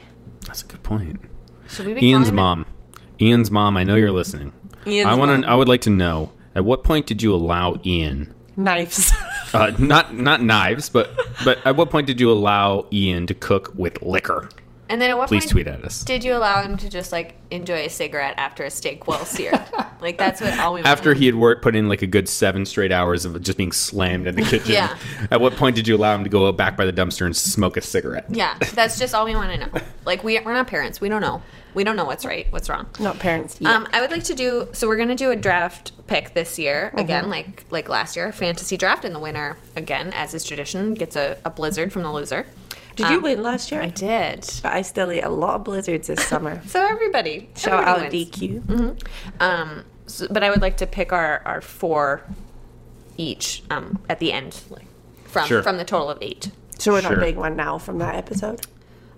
[SPEAKER 1] that's a good point.
[SPEAKER 2] Should we be
[SPEAKER 1] Ian's
[SPEAKER 2] calling
[SPEAKER 1] mom. Ian's mom, I know you're listening. I want to I would like to know at what point did you allow Ian
[SPEAKER 3] knives.
[SPEAKER 1] uh, not not knives, but but at what point did you allow Ian to cook with liquor?
[SPEAKER 2] them- And then at what
[SPEAKER 1] Please
[SPEAKER 2] point
[SPEAKER 1] tweet at us.
[SPEAKER 2] did you allow him to just like enjoy a cigarette after a steak well seared? like that's what all we want.
[SPEAKER 1] After he had worked, put in like a good seven straight hours of just being slammed in the kitchen.
[SPEAKER 2] Yeah.
[SPEAKER 1] At what point did you allow him to go back by the dumpster and smoke a cigarette?
[SPEAKER 2] Yeah, that's just all we want to know. Like we we're not parents. We don't know. We don't know what's right, what's wrong.
[SPEAKER 3] Not parents.
[SPEAKER 2] Um, I would like to do so. We're gonna do a draft pick this year again, like like last year, fantasy draft, and the winner again, as is tradition, gets a, a blizzard from the
[SPEAKER 3] um,
[SPEAKER 2] loser.
[SPEAKER 3] did you win last year?
[SPEAKER 2] I did.
[SPEAKER 3] But I still ate a lot of blizzards this summer.
[SPEAKER 2] So everybody,
[SPEAKER 3] Shout
[SPEAKER 2] everybody
[SPEAKER 3] out
[SPEAKER 2] wins.
[SPEAKER 3] DQ.
[SPEAKER 2] Um, so- but I would like to pick our our four each um, at the end, like, from
[SPEAKER 1] Sure.
[SPEAKER 2] from the total of eight.
[SPEAKER 3] So we're
[SPEAKER 1] Sure.
[SPEAKER 3] not big one now from that episode.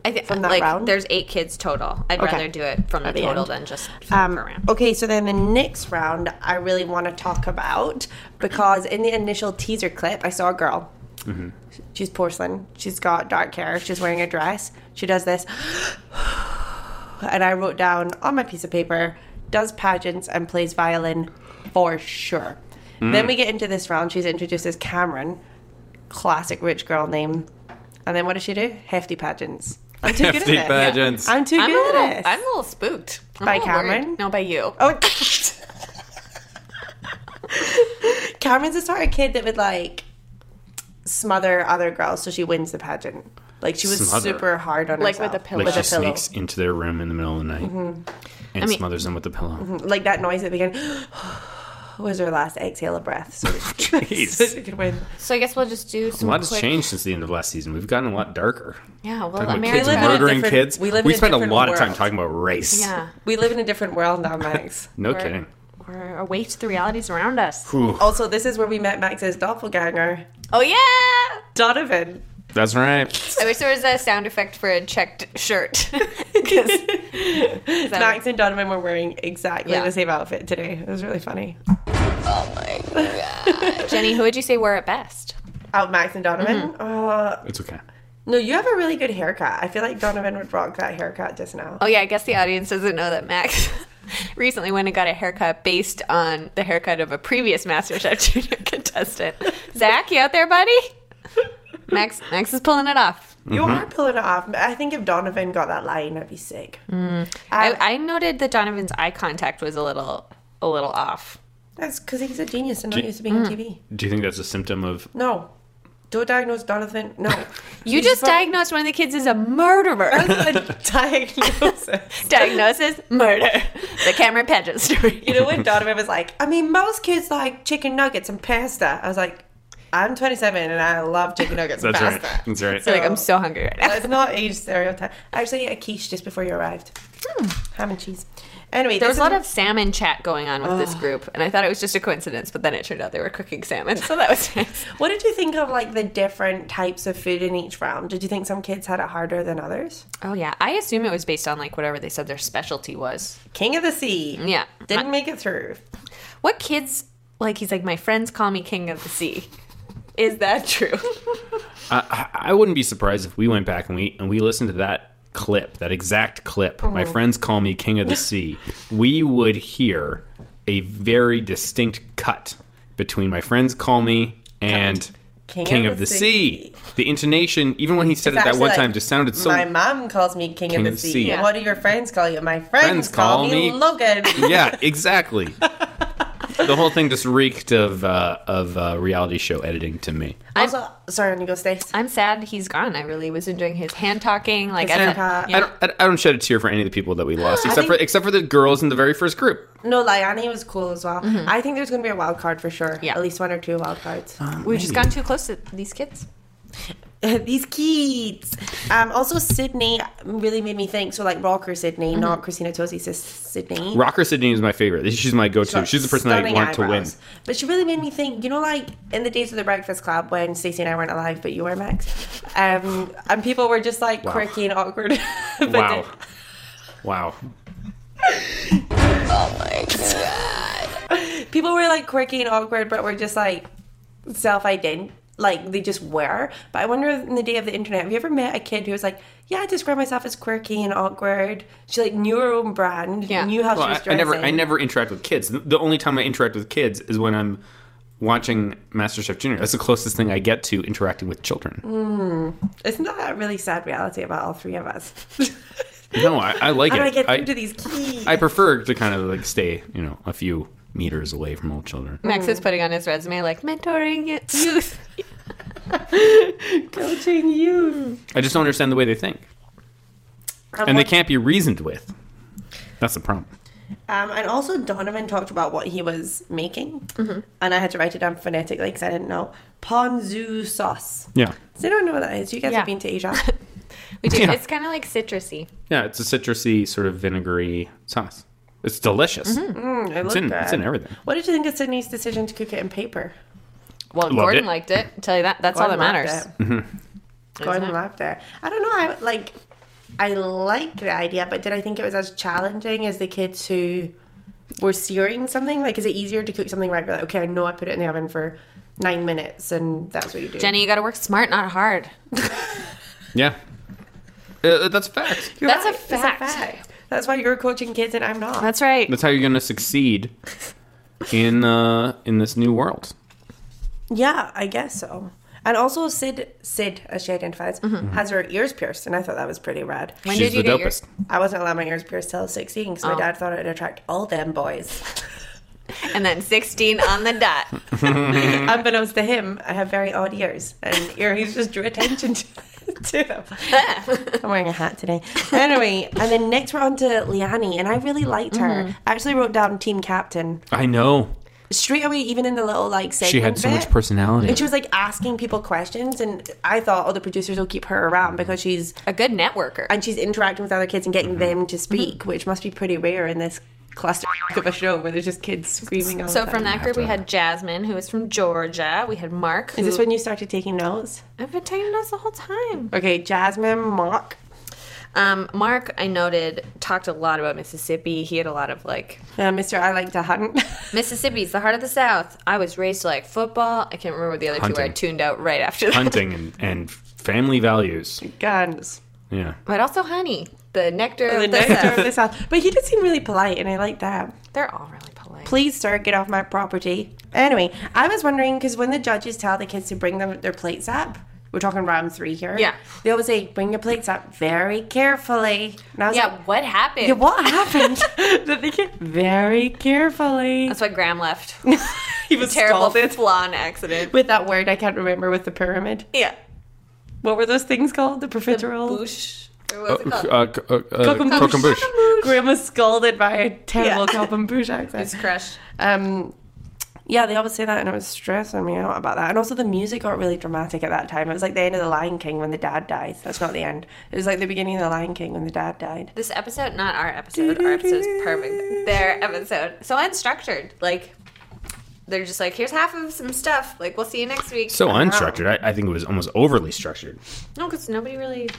[SPEAKER 2] I think
[SPEAKER 3] From that
[SPEAKER 2] like
[SPEAKER 3] round?
[SPEAKER 2] there's eight kids total. I'd
[SPEAKER 3] Okay.
[SPEAKER 2] rather do it from the
[SPEAKER 3] At the
[SPEAKER 2] total
[SPEAKER 3] end.
[SPEAKER 2] than just from
[SPEAKER 3] Um,
[SPEAKER 2] per round. Oh,
[SPEAKER 3] okay, so then the next round I really want to talk about because in the initial teaser clip, I saw a girl.
[SPEAKER 2] Mm-hmm.
[SPEAKER 3] She's porcelain. She's got dark hair. She's wearing a dress. She does this. And I wrote down on my piece of paper, does pageants and plays violin for sure.
[SPEAKER 2] Mm.
[SPEAKER 3] Then we get into this round. She's introduced as Cameron, classic rich girl name. And then what does she do? Hefty pageants. I'm too good at
[SPEAKER 1] Hefty
[SPEAKER 3] it.
[SPEAKER 1] pageants.
[SPEAKER 3] I'm too
[SPEAKER 2] I'm a,
[SPEAKER 3] good at
[SPEAKER 2] little,
[SPEAKER 3] it.
[SPEAKER 2] I'm a little spooked. I'm
[SPEAKER 3] By
[SPEAKER 2] a little worried.
[SPEAKER 3] Cameron?
[SPEAKER 2] No, by you.
[SPEAKER 3] Oh. Cameron's the sort of kid that would like smother other girls so she wins the pageant. Like she was
[SPEAKER 1] Smother.
[SPEAKER 3] super hard on
[SPEAKER 2] Like
[SPEAKER 3] herself.
[SPEAKER 2] with a pillow.
[SPEAKER 1] Like
[SPEAKER 2] With
[SPEAKER 1] she
[SPEAKER 2] a pillow. Mm-hmm.
[SPEAKER 1] sneaks into their room in the middle of the night and
[SPEAKER 2] I mean- mm-hmm.
[SPEAKER 1] smothers them with the pillow.
[SPEAKER 3] Like that noise at the beginning was her last exhale of breath. So
[SPEAKER 1] Jeez.
[SPEAKER 3] such a good way.
[SPEAKER 2] So I guess we'll just do some.
[SPEAKER 1] A lot has
[SPEAKER 2] quick-
[SPEAKER 1] changed since the end of last season. We've gotten a lot darker.
[SPEAKER 2] Yeah, well,
[SPEAKER 1] Talking about kids
[SPEAKER 3] live in a
[SPEAKER 2] America.
[SPEAKER 1] murdering
[SPEAKER 3] different-
[SPEAKER 1] kids.
[SPEAKER 3] we live in a
[SPEAKER 1] spend a
[SPEAKER 3] different
[SPEAKER 1] lot of time
[SPEAKER 3] world.
[SPEAKER 1] talking about race.
[SPEAKER 2] Yeah,
[SPEAKER 3] We live in a different world now, Max.
[SPEAKER 1] No
[SPEAKER 2] We're-
[SPEAKER 1] kidding.
[SPEAKER 2] we're awake to the realities around us.
[SPEAKER 1] Whew.
[SPEAKER 3] Also, this is where we met Max's doppelganger,
[SPEAKER 2] Oh yeah!
[SPEAKER 3] Donovan.
[SPEAKER 1] That's right.
[SPEAKER 2] I wish there was a sound effect for a checked shirt. 'Cause- 'cause that
[SPEAKER 3] Max and Donovan were wearing exactly
[SPEAKER 2] Yeah.
[SPEAKER 3] the same outfit today. It was really funny.
[SPEAKER 2] would- Jenny, who would you say wore it best?
[SPEAKER 3] Out Max and Donovan.
[SPEAKER 2] Mm-hmm.
[SPEAKER 3] Uh,
[SPEAKER 1] It's okay.
[SPEAKER 3] no, you have a really good haircut. I feel like Donovan would rock that haircut just now.
[SPEAKER 2] Oh yeah, I guess the audience doesn't know that Max recently went and got a haircut based on the haircut of a previous MasterChef Junior contestant. Zach, you out there, buddy? Max, Max is pulling it off.
[SPEAKER 3] You are pulling it off. I think if Donovan got that line, I'd be sick.
[SPEAKER 2] Mm. I, I noted that Donovan's eye contact was a little, a little off.
[SPEAKER 3] That's because he's a genius and not used to being on
[SPEAKER 2] Mm.
[SPEAKER 3] TV.
[SPEAKER 1] Do you think that's a symptom of
[SPEAKER 3] No. Don't diagnose Donovan. No.
[SPEAKER 2] You just
[SPEAKER 3] fu-
[SPEAKER 2] diagnosed one of the kids as a murderer.
[SPEAKER 3] diagnosis.
[SPEAKER 2] Diagnosis: murder. The Cameron Paget story.
[SPEAKER 3] You know when Donovan was like, I mean, most kids like chicken nuggets and pasta. I was like, I'm 27 and I love chicken nuggets and
[SPEAKER 1] That's
[SPEAKER 3] pasta.
[SPEAKER 1] right. That's right.
[SPEAKER 2] You're like I'm so hungry right now.
[SPEAKER 3] Let's not age stereotype. I actually ate a quiche just before you arrived. Ham and cheese. Anyway,
[SPEAKER 2] Hmm. There
[SPEAKER 3] this
[SPEAKER 2] was a lot
[SPEAKER 3] is-
[SPEAKER 2] of salmon chat going on with this group, and I thought it was just a coincidence, but then it turned out they were cooking salmon, so that was nice.
[SPEAKER 3] What did you think of like the different types of food in each round? Did you think some kids had it harder than others?
[SPEAKER 2] Oh yeah, I assume it was based on like whatever they said their specialty was.
[SPEAKER 3] King of the Sea.
[SPEAKER 2] Yeah.
[SPEAKER 3] Didn't make it through.
[SPEAKER 2] What kids like? He's like, my friends call me king of the sea. Is that true?
[SPEAKER 1] I, I wouldn't be surprised if we went back and we and we listened to that clip, that exact clip. My friends call me King of the Sea. we would hear a very distinct cut between my friends call me and King, of, the, sea. The intonation, even when he said it that
[SPEAKER 3] actually
[SPEAKER 1] one
[SPEAKER 3] like,
[SPEAKER 1] time, just sounded so.
[SPEAKER 3] my mom calls me King, of the Sea.
[SPEAKER 1] Yeah.
[SPEAKER 3] What do your friends call you? My friends, call, me Logan.
[SPEAKER 1] yeah, exactly. the whole thing just reeked of uh, of uh, reality show editing to me.
[SPEAKER 3] also, sorry, on you go, Stace.
[SPEAKER 2] I'm sad he's gone. I really was enjoying his hand talking. Like,
[SPEAKER 3] His
[SPEAKER 2] I
[SPEAKER 3] hand
[SPEAKER 2] don't,
[SPEAKER 3] talk.
[SPEAKER 2] yeah.
[SPEAKER 1] I don't, I- I don't shed a tear for any of the people that we lost, except for
[SPEAKER 3] think-
[SPEAKER 1] except for the girls in the very first group.
[SPEAKER 3] No, Liani was cool as well. I think there's going to be a wild card for sure.
[SPEAKER 2] Yeah.
[SPEAKER 3] At least one or two wild cards.
[SPEAKER 2] we've just gone too close to these kids.
[SPEAKER 3] These kids. Um, also, Sydney really made me think. So, like, rocker Sydney, not Christina Tozzi, sis Sydney.
[SPEAKER 1] Rocker Sydney is my favorite. She's my go-to.
[SPEAKER 3] got
[SPEAKER 1] She's the person I
[SPEAKER 3] stunning
[SPEAKER 1] want to win.
[SPEAKER 3] eyebrows. But she really made me think, you know, like in the days of the Breakfast Club when Stacey and I weren't alive, but you were, Max. Um, and people were just like quirky and awkward. but
[SPEAKER 1] Wow,
[SPEAKER 3] then-
[SPEAKER 1] wow.
[SPEAKER 3] oh people were like quirky and awkward, but were just like self ident Like they just were. But I wonder in the day of the internet, have you ever met a kid who was like, yeah, I describe myself as quirky and awkward? She like knew her own brand,
[SPEAKER 2] Yeah.
[SPEAKER 3] knew how
[SPEAKER 1] Well,
[SPEAKER 3] she was
[SPEAKER 1] I, I
[SPEAKER 3] dressing.
[SPEAKER 1] never, I never interact with kids. The only time I interact with kids is when I'm watching MasterChef Junior. That's the closest thing I get to interacting with children.
[SPEAKER 3] Mm-hmm. Isn't that a really sad reality about all three of us?
[SPEAKER 1] No, I, I like
[SPEAKER 3] How
[SPEAKER 1] it.
[SPEAKER 3] do I get
[SPEAKER 1] I,
[SPEAKER 3] through to these kids?
[SPEAKER 1] I prefer to kind of like stay, you know, a few meters away from all children.
[SPEAKER 2] Max is putting on his resume like mentoring youth.
[SPEAKER 3] Coaching you.
[SPEAKER 1] I just don't understand the way they think, and they can't be reasoned with. That's the problem.
[SPEAKER 3] Um, and also, Donovan talked about what he was making,
[SPEAKER 2] Mm-hmm.
[SPEAKER 3] and I had to write it down phonetically because I didn't know ponzu sauce.
[SPEAKER 1] Yeah,
[SPEAKER 3] So I don't know what that is. You guys
[SPEAKER 2] Yeah.
[SPEAKER 3] have been to Asia.
[SPEAKER 2] We do.
[SPEAKER 1] Yeah.
[SPEAKER 2] It's kind of like citrusy.
[SPEAKER 1] yeah. It's a citrusy sort of vinegary sauce. It's delicious.
[SPEAKER 3] I
[SPEAKER 1] It's in, it's in everything.
[SPEAKER 3] What did you think of Sydney's decision to cook it in paper?
[SPEAKER 2] Well,
[SPEAKER 1] Loved
[SPEAKER 2] Gordon
[SPEAKER 1] it.
[SPEAKER 2] liked it. I'll tell you that. That's all that
[SPEAKER 3] Gordon
[SPEAKER 2] matters.
[SPEAKER 3] loved
[SPEAKER 1] Mm-hmm.
[SPEAKER 3] it. Gordon loved it. I don't know. I like. I like the idea, but did I think it was as challenging as the kids who were searing something? Like, is it easier to cook something regular? Like, okay, I know I put it in the oven for nine minutes, and that's what you do.
[SPEAKER 2] Jenny, you got to work smart, not hard.
[SPEAKER 1] Yeah, Uh, that's a fact.
[SPEAKER 3] You're
[SPEAKER 2] That's a
[SPEAKER 3] right. It's
[SPEAKER 2] fact.
[SPEAKER 3] That's why you're coaching kids and I'm not.
[SPEAKER 2] That's right.
[SPEAKER 1] That's how you're going to succeed in uh, in this new world.
[SPEAKER 3] yeah, I guess so. And also, Sid, Sid, as she identifies,
[SPEAKER 2] Mm-hmm.
[SPEAKER 3] has her ears pierced, and I thought that was pretty rad.
[SPEAKER 2] when
[SPEAKER 1] She's
[SPEAKER 2] did you
[SPEAKER 1] the
[SPEAKER 2] get
[SPEAKER 1] dopest.
[SPEAKER 3] I wasn't allowed my ears pierced till I was 16 because
[SPEAKER 2] Oh.
[SPEAKER 3] my dad thought it'd attract all them boys.
[SPEAKER 2] your and then 16 on the dot.
[SPEAKER 3] Unbeknownst to him, I have very odd ears, and earrings just drew attention to it. too. I'm wearing a hat today. Anyway, and then next we're on to Liani, and I really liked her.
[SPEAKER 2] Mm-hmm.
[SPEAKER 3] I actually wrote down team captain
[SPEAKER 1] I know.
[SPEAKER 3] straight away, even in the little like segment.
[SPEAKER 1] She had so
[SPEAKER 3] bit,
[SPEAKER 1] much personality.
[SPEAKER 3] And she was like asking people questions, and I thought, oh, the producers will keep her around because she's
[SPEAKER 2] A good networker.
[SPEAKER 3] and she's interacting with other kids and
[SPEAKER 2] Mm-hmm.
[SPEAKER 3] getting them to speak, which must be pretty rare in this cluster of a show where there's just kids screaming. All
[SPEAKER 2] so
[SPEAKER 3] the
[SPEAKER 2] from
[SPEAKER 3] time.
[SPEAKER 2] that group, we had Jasmine, who is from Georgia. We had Mark.
[SPEAKER 3] Is this
[SPEAKER 2] who-
[SPEAKER 3] when you started taking notes?
[SPEAKER 2] I've been taking notes the whole time.
[SPEAKER 3] Okay, Jasmine, Mark.
[SPEAKER 2] Um, Mark, I noted, talked a lot about Mississippi. He had a lot of like
[SPEAKER 3] Uh, Mr. I like to hunt.
[SPEAKER 2] Mississippi's the heart of the South. I was raised to like football. I can't remember the other two where I
[SPEAKER 1] Hunting.
[SPEAKER 2] tuned out right after that.
[SPEAKER 1] Hunting and, and family values.
[SPEAKER 3] Guns.
[SPEAKER 1] Yeah.
[SPEAKER 2] But also honey, the nectar
[SPEAKER 3] The
[SPEAKER 2] of the
[SPEAKER 3] nectar of
[SPEAKER 2] South.
[SPEAKER 3] the South. But he did seem really polite, and I like that.
[SPEAKER 2] They're all really polite.
[SPEAKER 3] Please, sir, get off my property. Anyway, I was wondering because when the judges tell the kids to bring them their plates up, we're talking round three here.
[SPEAKER 2] Yeah.
[SPEAKER 3] They always say, bring your plates up very carefully. And I was
[SPEAKER 2] Yeah,
[SPEAKER 3] like,
[SPEAKER 2] what happened?
[SPEAKER 3] "Yeah, what happened? that they get very carefully.
[SPEAKER 2] That's why Graham left.
[SPEAKER 3] He was
[SPEAKER 2] Terrible
[SPEAKER 3] scalded
[SPEAKER 2] flaw and accident.
[SPEAKER 3] with that word I can't remember with the pyramid.
[SPEAKER 2] Yeah.
[SPEAKER 3] What were those things called? The profiterole.
[SPEAKER 2] Boosh. Or what's it
[SPEAKER 1] Uh,
[SPEAKER 2] called?
[SPEAKER 1] uh, uh, uh,
[SPEAKER 3] Cock'em
[SPEAKER 1] cock and bush.
[SPEAKER 3] Graham was scalded by a terrible
[SPEAKER 2] Yeah.
[SPEAKER 3] cop and bush accent.
[SPEAKER 2] It's crushed.
[SPEAKER 3] Um, yeah, they always say that, and it was stressing me out about that. And also, the music got really dramatic at that time. It was like the end of The Lion King when the dad dies. That's not the end. It was like the beginning of The Lion King when the dad died.
[SPEAKER 2] This episode, not our episode. Our episode's perfect. Their episode. So unstructured. Like, they're just like, here's half of some stuff. Like, we'll see you next week.
[SPEAKER 1] So
[SPEAKER 3] Uh-huh.
[SPEAKER 1] unstructured. I, I think it was almost overly structured.
[SPEAKER 2] No, because nobody really.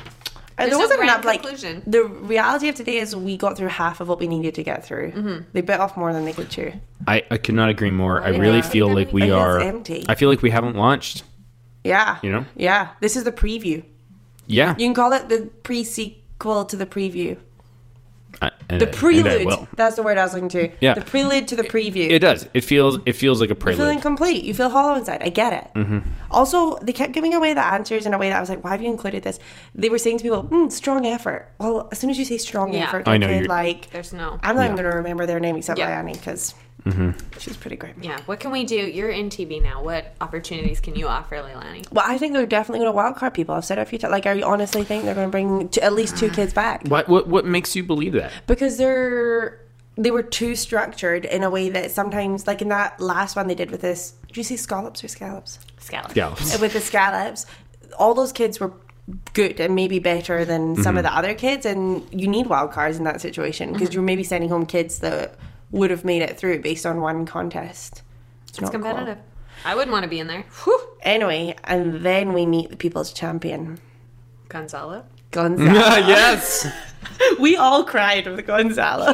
[SPEAKER 3] And
[SPEAKER 2] There's
[SPEAKER 3] there wasn't
[SPEAKER 2] no grand
[SPEAKER 3] enough. Like
[SPEAKER 2] conclusion.
[SPEAKER 3] the reality of today is we got through half of what we needed to get through.
[SPEAKER 2] Mm-hmm.
[SPEAKER 3] They bit off more than they could chew.
[SPEAKER 1] I, I could not agree more. I really feel like
[SPEAKER 3] It
[SPEAKER 1] we
[SPEAKER 3] is
[SPEAKER 1] are.
[SPEAKER 3] empty.
[SPEAKER 1] I feel like we haven't launched.
[SPEAKER 3] Yeah,
[SPEAKER 1] You know?
[SPEAKER 3] Yeah, this is the preview.
[SPEAKER 1] Yeah.
[SPEAKER 3] You can call it the pre sequel to the preview.
[SPEAKER 1] I- and
[SPEAKER 3] The
[SPEAKER 1] I- and I
[SPEAKER 3] prelude.
[SPEAKER 1] will.
[SPEAKER 3] That's the word I was looking to.
[SPEAKER 1] Yeah.
[SPEAKER 3] the prelude to the preview.
[SPEAKER 1] It does. It feels. It feels like a
[SPEAKER 3] You feel
[SPEAKER 1] prelude.
[SPEAKER 3] incomplete. You feel hollow inside. I get it.
[SPEAKER 1] Mm-hmm.
[SPEAKER 3] Also, they kept giving away the answers in a way that I was like, "Why have you included this?" They were saying to people, mm, "Strong effort." Well, as soon as you say strong
[SPEAKER 2] Yeah.
[SPEAKER 3] effort,
[SPEAKER 1] I
[SPEAKER 3] I
[SPEAKER 1] know,
[SPEAKER 3] know
[SPEAKER 1] you're-
[SPEAKER 3] like
[SPEAKER 2] There's no.
[SPEAKER 3] I'm not even going to remember their name except
[SPEAKER 2] Yeah.
[SPEAKER 3] Liani because
[SPEAKER 1] Mm-hmm.
[SPEAKER 3] she's pretty great.
[SPEAKER 2] Yeah. What can we do? You're in TV now. What opportunities can you offer, Leilani?
[SPEAKER 3] Well, I think they're definitely going to wildcard people. I've said it a few times. Like, I honestly think they're going to bring t- at least two kids back
[SPEAKER 1] What, what what makes you believe that?
[SPEAKER 3] because they're they were too structured in a way that sometimes, like in that last one they did with this. Did you see scallops or scallops?
[SPEAKER 2] Scallop.
[SPEAKER 1] Yeah.
[SPEAKER 3] with the scallops, all those kids were good and maybe better than some
[SPEAKER 1] Mm-hmm.
[SPEAKER 3] of the other kids, and you need wild cards in that situation because you're maybe sending home kids that would have made it through based on one contest. It's,
[SPEAKER 2] It's
[SPEAKER 3] not cool.
[SPEAKER 2] competitive. I wouldn't want to be in there.
[SPEAKER 3] Anyway, and then we meet the people's champion,
[SPEAKER 2] Gonzalo.
[SPEAKER 3] Gonzalo.
[SPEAKER 1] yes.
[SPEAKER 3] we all cried with Gonzalo.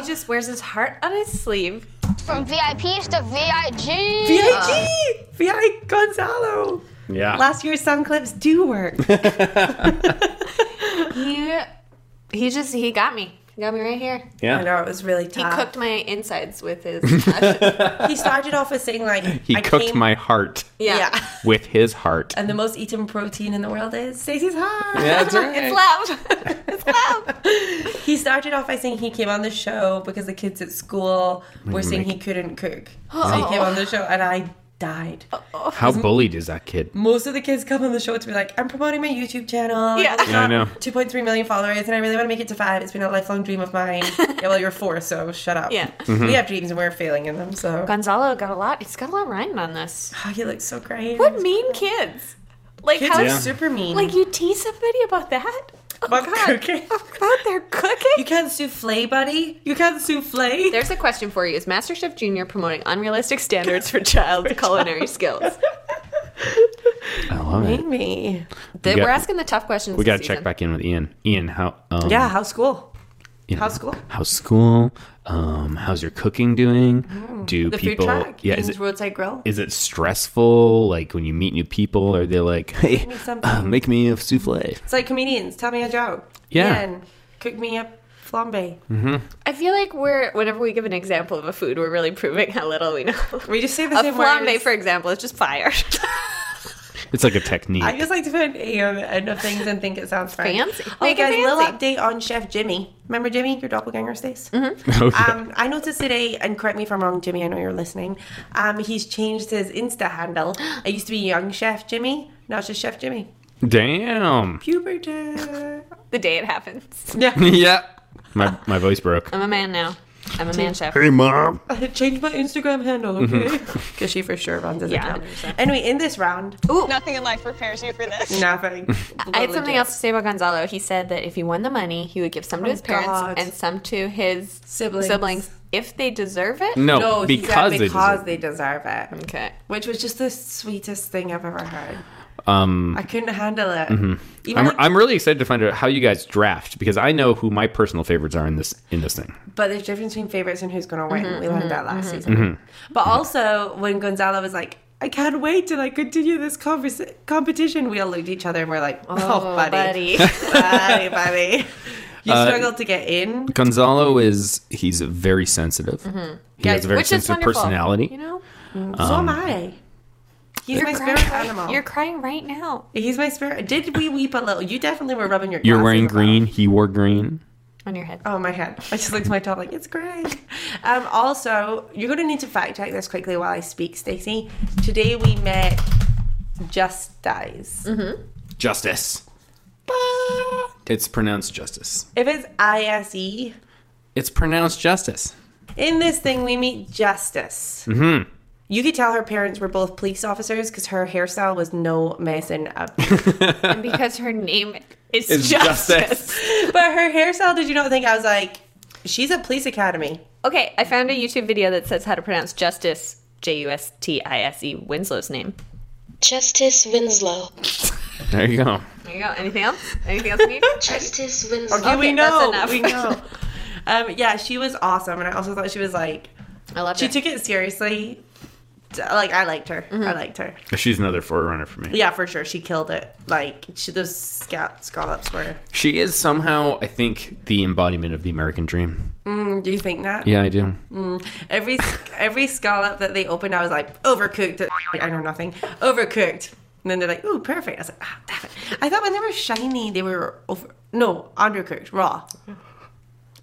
[SPEAKER 2] He just wears his heart on his sleeve.
[SPEAKER 6] From VIPs to VIG.
[SPEAKER 3] VIG! VI Gonzalo!
[SPEAKER 1] Yeah.
[SPEAKER 3] Last year's sound clips do work.
[SPEAKER 2] He he just he got me. He got me right here.
[SPEAKER 3] I
[SPEAKER 1] yeah.
[SPEAKER 3] know, it was really
[SPEAKER 2] He
[SPEAKER 3] tough.
[SPEAKER 2] cooked my insides with his passion.
[SPEAKER 3] He started off with saying, like,
[SPEAKER 1] He
[SPEAKER 3] I
[SPEAKER 1] cooked
[SPEAKER 3] came-
[SPEAKER 1] my heart
[SPEAKER 2] Yeah.
[SPEAKER 3] Yeah.
[SPEAKER 1] with his heart.
[SPEAKER 3] and the most eaten protein in the world is Stacey's heart.
[SPEAKER 1] That's
[SPEAKER 2] It's loud. it's loud.
[SPEAKER 3] He started off by saying he came on the show because the kids at school were saying
[SPEAKER 1] make-
[SPEAKER 3] he couldn't cook.
[SPEAKER 2] Oh.
[SPEAKER 3] So he came on the show and I died.
[SPEAKER 1] How bullied is that kid?
[SPEAKER 3] Most of the kids come on the show to be like, I'm promoting my YouTube channel.
[SPEAKER 2] Yeah.
[SPEAKER 1] Yeah, I know.
[SPEAKER 3] 2.3 million followers and I really want to make it to five. It's been a lifelong dream of mine. yeah, well, you're four, so shut up.
[SPEAKER 2] Yeah.
[SPEAKER 3] We have dreams and we're failing in them, so.
[SPEAKER 2] Gonzalo got a lot. He's got a lot riding on this.
[SPEAKER 3] Oh, he looks so great.
[SPEAKER 2] What mean kids? Like
[SPEAKER 3] Kids
[SPEAKER 2] how?
[SPEAKER 3] are
[SPEAKER 1] Yeah.
[SPEAKER 3] super mean.
[SPEAKER 2] Like you tease somebody about that? Oh,
[SPEAKER 3] About
[SPEAKER 2] God.
[SPEAKER 3] cooking?
[SPEAKER 2] About their cooking?
[SPEAKER 3] you can't souffle, buddy. You can't souffle.
[SPEAKER 2] There's a question for you. Is MasterChef Junior promoting unrealistic standards for child culinary skills?
[SPEAKER 1] I love it.
[SPEAKER 3] me.
[SPEAKER 2] The,
[SPEAKER 1] got-
[SPEAKER 2] we're asking the tough questions.
[SPEAKER 1] We
[SPEAKER 2] got
[SPEAKER 1] got to check back in with Ian. Ian, how? Um,
[SPEAKER 3] Yeah, how's school?
[SPEAKER 1] you know,
[SPEAKER 3] how's school?
[SPEAKER 1] How's school? Um, how's your cooking doing? Do
[SPEAKER 3] Mm. The
[SPEAKER 1] people?
[SPEAKER 3] food truck?
[SPEAKER 1] Yeah. Is
[SPEAKER 3] Ian's
[SPEAKER 1] it,
[SPEAKER 3] roadside grill?
[SPEAKER 1] is it stressful? Like when you meet new people, are they like, hey,
[SPEAKER 3] something.
[SPEAKER 1] uh, make me a souffle?
[SPEAKER 3] It's like comedians. Tell me a joke.
[SPEAKER 1] Yeah. Hmm.
[SPEAKER 3] Ian, cook me a flambe.
[SPEAKER 2] I feel like we're whenever we give an example of a food, we're really proving how little we know.
[SPEAKER 3] We just say the
[SPEAKER 2] a
[SPEAKER 3] same
[SPEAKER 2] flambe,
[SPEAKER 3] words.
[SPEAKER 2] for example, is just fire.
[SPEAKER 1] It's like a technique.
[SPEAKER 3] I just like to put an A on the end of things and think it sounds fine.
[SPEAKER 2] Fancy.
[SPEAKER 3] Oh,
[SPEAKER 2] Make it
[SPEAKER 3] guys, a little
[SPEAKER 2] fancy.
[SPEAKER 3] update on Chef Jimmy. Remember Jimmy, your doppelganger stays?
[SPEAKER 1] Oh, yeah.
[SPEAKER 3] Um, I noticed today, and correct me if I'm wrong, Jimmy, I know you're listening. Um, he's changed his Insta handle. It used to be Young Chef Jimmy. Now it's just Chef Jimmy.
[SPEAKER 1] Damn.
[SPEAKER 3] Puberty.
[SPEAKER 2] The day it happens.
[SPEAKER 3] Yeah.
[SPEAKER 1] yeah. My my voice broke.
[SPEAKER 2] I'm a man now. I'm a man chef.
[SPEAKER 1] Hey, mom.
[SPEAKER 3] I changed my Instagram handle, okay?
[SPEAKER 1] Mm-hmm.
[SPEAKER 3] Because she for sure runs as
[SPEAKER 2] Yeah,
[SPEAKER 3] account.
[SPEAKER 2] 100%.
[SPEAKER 3] Anyway, in this round,
[SPEAKER 7] Nothing in life prepares you for this.
[SPEAKER 3] nothing.
[SPEAKER 2] I had something else to say about Gonzalo. He said that if he won the money, he would give some to his parents
[SPEAKER 3] God.
[SPEAKER 2] and some to his
[SPEAKER 3] Siblings.
[SPEAKER 2] siblings if they deserve it.
[SPEAKER 1] No,
[SPEAKER 3] No, he
[SPEAKER 1] Oh, because,
[SPEAKER 3] said
[SPEAKER 1] they
[SPEAKER 3] because
[SPEAKER 1] deserve.
[SPEAKER 3] they deserve it.
[SPEAKER 2] Okay.
[SPEAKER 3] Which was just the sweetest thing I've ever heard.
[SPEAKER 1] Um, mm-hmm.
[SPEAKER 3] I couldn't handle it. Even
[SPEAKER 1] I'm, I'm really excited to find out how you guys draft because I know who my personal favorites are in this in this thing.
[SPEAKER 3] But there's a difference between favorites and who's going to win. we learned that last season.
[SPEAKER 1] Mm-hmm.
[SPEAKER 3] But also, when Gonzalo was like, I can't wait till I continue this conversa- competition, we all looked at each other and we're like, oh, buddy. buddy, buddy. You
[SPEAKER 1] Uh,
[SPEAKER 3] struggled to get in.
[SPEAKER 1] Gonzalo is he's very sensitive. He
[SPEAKER 3] Yeah,
[SPEAKER 1] has a very
[SPEAKER 2] Mm-hmm. Which is
[SPEAKER 1] sensitive
[SPEAKER 2] wonderful.
[SPEAKER 1] personality.
[SPEAKER 2] You know?
[SPEAKER 3] so
[SPEAKER 1] Um,
[SPEAKER 3] am I. He's my
[SPEAKER 2] Crying
[SPEAKER 3] spirit
[SPEAKER 2] right-
[SPEAKER 3] animal.
[SPEAKER 2] You're crying right now.
[SPEAKER 3] He's my spirit. Did we weep a little? You definitely were rubbing your.
[SPEAKER 1] You're
[SPEAKER 3] glasses
[SPEAKER 1] wearing
[SPEAKER 3] about.
[SPEAKER 1] green. He wore green.
[SPEAKER 2] On your head.
[SPEAKER 3] Oh my head! I just looked at my top like it's grey. Um, also, you're going to need to fact check this quickly while I speak, Stacey. Today we met Just Dies.
[SPEAKER 1] Justice. It's pronounced justice.
[SPEAKER 3] If it's I S E
[SPEAKER 1] It's pronounced justice.
[SPEAKER 3] in this thing, we meet Justice. Mm-hmm. You could tell her parents were both police officers because her hairstyle was no messing up.
[SPEAKER 2] And Um, because her name is
[SPEAKER 1] It's
[SPEAKER 2] Justice.
[SPEAKER 1] justice.
[SPEAKER 3] but her hairstyle, did you not think? I was like, she's at police academy.
[SPEAKER 2] Okay, I found a YouTube video that says how to pronounce Justice, J U S T I S E, Winslow's name.
[SPEAKER 8] Justice Winslow.
[SPEAKER 1] There you go.
[SPEAKER 2] There you go. Anything else? Anything else you need?
[SPEAKER 8] Justice Winslow.
[SPEAKER 3] Okay, we
[SPEAKER 2] Okay,
[SPEAKER 3] know.
[SPEAKER 2] that's enough.
[SPEAKER 3] We know. um, yeah, she was awesome, and I also thought she was like
[SPEAKER 2] I love
[SPEAKER 3] she
[SPEAKER 2] it.
[SPEAKER 3] took it seriously. D- Like I liked her. I liked her.
[SPEAKER 1] She's another forerunner for me.
[SPEAKER 3] Yeah, for sure. She killed it. Like she, those scout scallops were.
[SPEAKER 1] She is somehow, I think, the embodiment of the American dream.
[SPEAKER 3] Mm, do you think that?
[SPEAKER 1] Yeah, I do.
[SPEAKER 3] Every every scallop that they opened, I was like overcooked. I know nothing. Overcooked. And then they're like, "Ooh, perfect." I was like, "Ah, damn it!" I thought when they were shiny, they were over. No, undercooked, raw.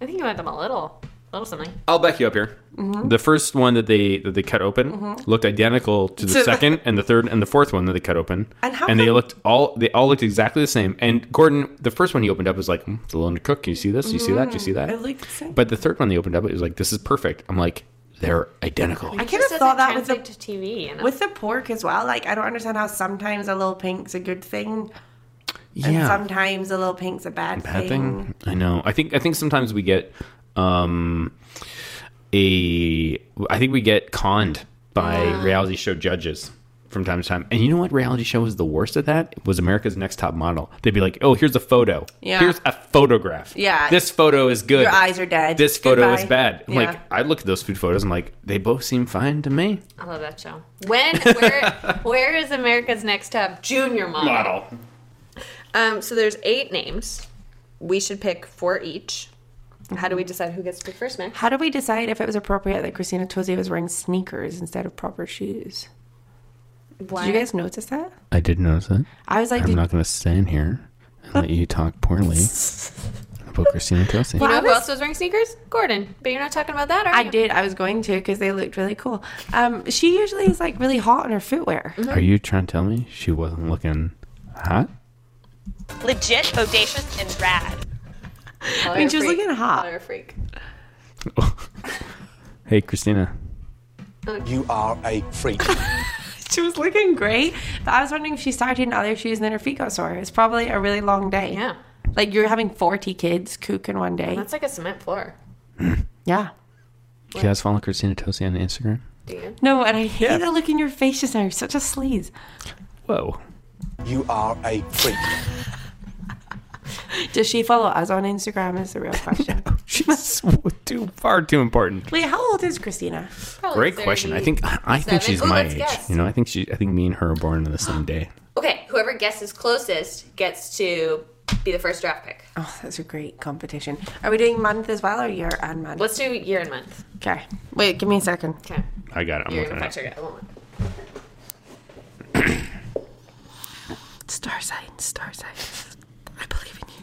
[SPEAKER 2] I think you want them a little. A little something.
[SPEAKER 1] I'll back you up here.
[SPEAKER 3] Mm-hmm.
[SPEAKER 1] The first one that they that they cut open looked identical to the
[SPEAKER 3] To the-
[SPEAKER 1] second and the third and the fourth one that they cut open,
[SPEAKER 3] And how
[SPEAKER 1] they
[SPEAKER 3] come-
[SPEAKER 1] looked all they all looked exactly the same. And Gordon, the first one he opened up was like, "Hmm, "It's a little undercooked. You see this? You see that? You see
[SPEAKER 3] It
[SPEAKER 1] that?"
[SPEAKER 3] looked the same.
[SPEAKER 1] But the third one they opened up, it was like, "This is perfect." I'm like, "They're identical."
[SPEAKER 3] I kind of thought that was the
[SPEAKER 2] to TV. You know?
[SPEAKER 3] with the pork as well like i don't understand how sometimes a little pink's a good thing and
[SPEAKER 1] yeah,
[SPEAKER 3] sometimes a little pink's a bad,
[SPEAKER 1] bad
[SPEAKER 3] thing.
[SPEAKER 1] thing. I know. I think I think sometimes we get um a I think we get conned by reality show judges from time to time. And you know what reality show was the worst at that? It was America's Next Top Model. They'd be like, "Oh, here's a photo.
[SPEAKER 3] Yeah.
[SPEAKER 1] Here's a photograph.
[SPEAKER 3] Yeah.
[SPEAKER 1] This photo is good.
[SPEAKER 3] Your eyes are dead.
[SPEAKER 1] This photo is
[SPEAKER 3] Goodbye."
[SPEAKER 1] bad." I'm
[SPEAKER 3] Yeah.
[SPEAKER 1] Like I look at those food photos, I'm like, "They both seem fine to me."
[SPEAKER 2] I love that show. When where where is America's Next Top Junior Model? Um, so there's eight names. We should pick four each. How do we decide who gets to pick first, Max?
[SPEAKER 3] how do we decide if it was appropriate that christina tozzi was wearing sneakers instead of proper shoes
[SPEAKER 2] Why?
[SPEAKER 3] did you guys notice that
[SPEAKER 1] I did notice that.
[SPEAKER 3] i was like
[SPEAKER 1] I'm
[SPEAKER 3] did-
[SPEAKER 1] not going to stand here and let you talk poorly about Christina Tosi.
[SPEAKER 2] you know who
[SPEAKER 3] was-
[SPEAKER 2] else was wearing sneakers? Gordon. But you're not talking about that, are
[SPEAKER 3] I
[SPEAKER 2] you?
[SPEAKER 3] did. I was going to because they looked really cool. Um, she usually is like really hot in her footwear.
[SPEAKER 1] Are you trying to tell me she wasn't looking hot?
[SPEAKER 7] Legit, bodacious, and rad.
[SPEAKER 2] I
[SPEAKER 3] I mean, she was looking hot.
[SPEAKER 2] You're a freak.
[SPEAKER 1] hey, Christina.
[SPEAKER 5] You are a freak.
[SPEAKER 3] She was looking great, but I was wondering if she started in other shoes and then her feet got sore. It's probably a really long day.
[SPEAKER 2] Yeah.
[SPEAKER 3] Like you're having 40 kids cook in one day.
[SPEAKER 2] That's like a cement floor.
[SPEAKER 3] Yeah.
[SPEAKER 1] Do you guys follow Christina Tosi on Instagram?
[SPEAKER 2] Do you?
[SPEAKER 3] No, and I hate the look in your face just now. You're such a sleaze.
[SPEAKER 1] Whoa.
[SPEAKER 5] You are a freak.
[SPEAKER 3] Does she follow us on Instagram? Is the real question.
[SPEAKER 1] She's too far too important.
[SPEAKER 3] Wait, how old is Christina?
[SPEAKER 2] Probably
[SPEAKER 1] Great question. I
[SPEAKER 2] 30.
[SPEAKER 1] think I think she's
[SPEAKER 2] Seven. Ooh,
[SPEAKER 1] my
[SPEAKER 2] let's
[SPEAKER 1] age.
[SPEAKER 2] guess.
[SPEAKER 1] You know, I think she I think me and her were born on the same day.
[SPEAKER 2] Okay, whoever guesses closest gets to be the first draft pick.
[SPEAKER 3] Oh, that's a great competition. Are we doing month as well or year and month?
[SPEAKER 2] Let's do year and month.
[SPEAKER 3] Okay. Wait, give me a second.
[SPEAKER 2] Okay.
[SPEAKER 1] I got it. I'm
[SPEAKER 2] You're
[SPEAKER 1] looking
[SPEAKER 2] gonna fact
[SPEAKER 1] at it.
[SPEAKER 2] check it. I won't. look.
[SPEAKER 3] Star signs, star signs. I believe in you.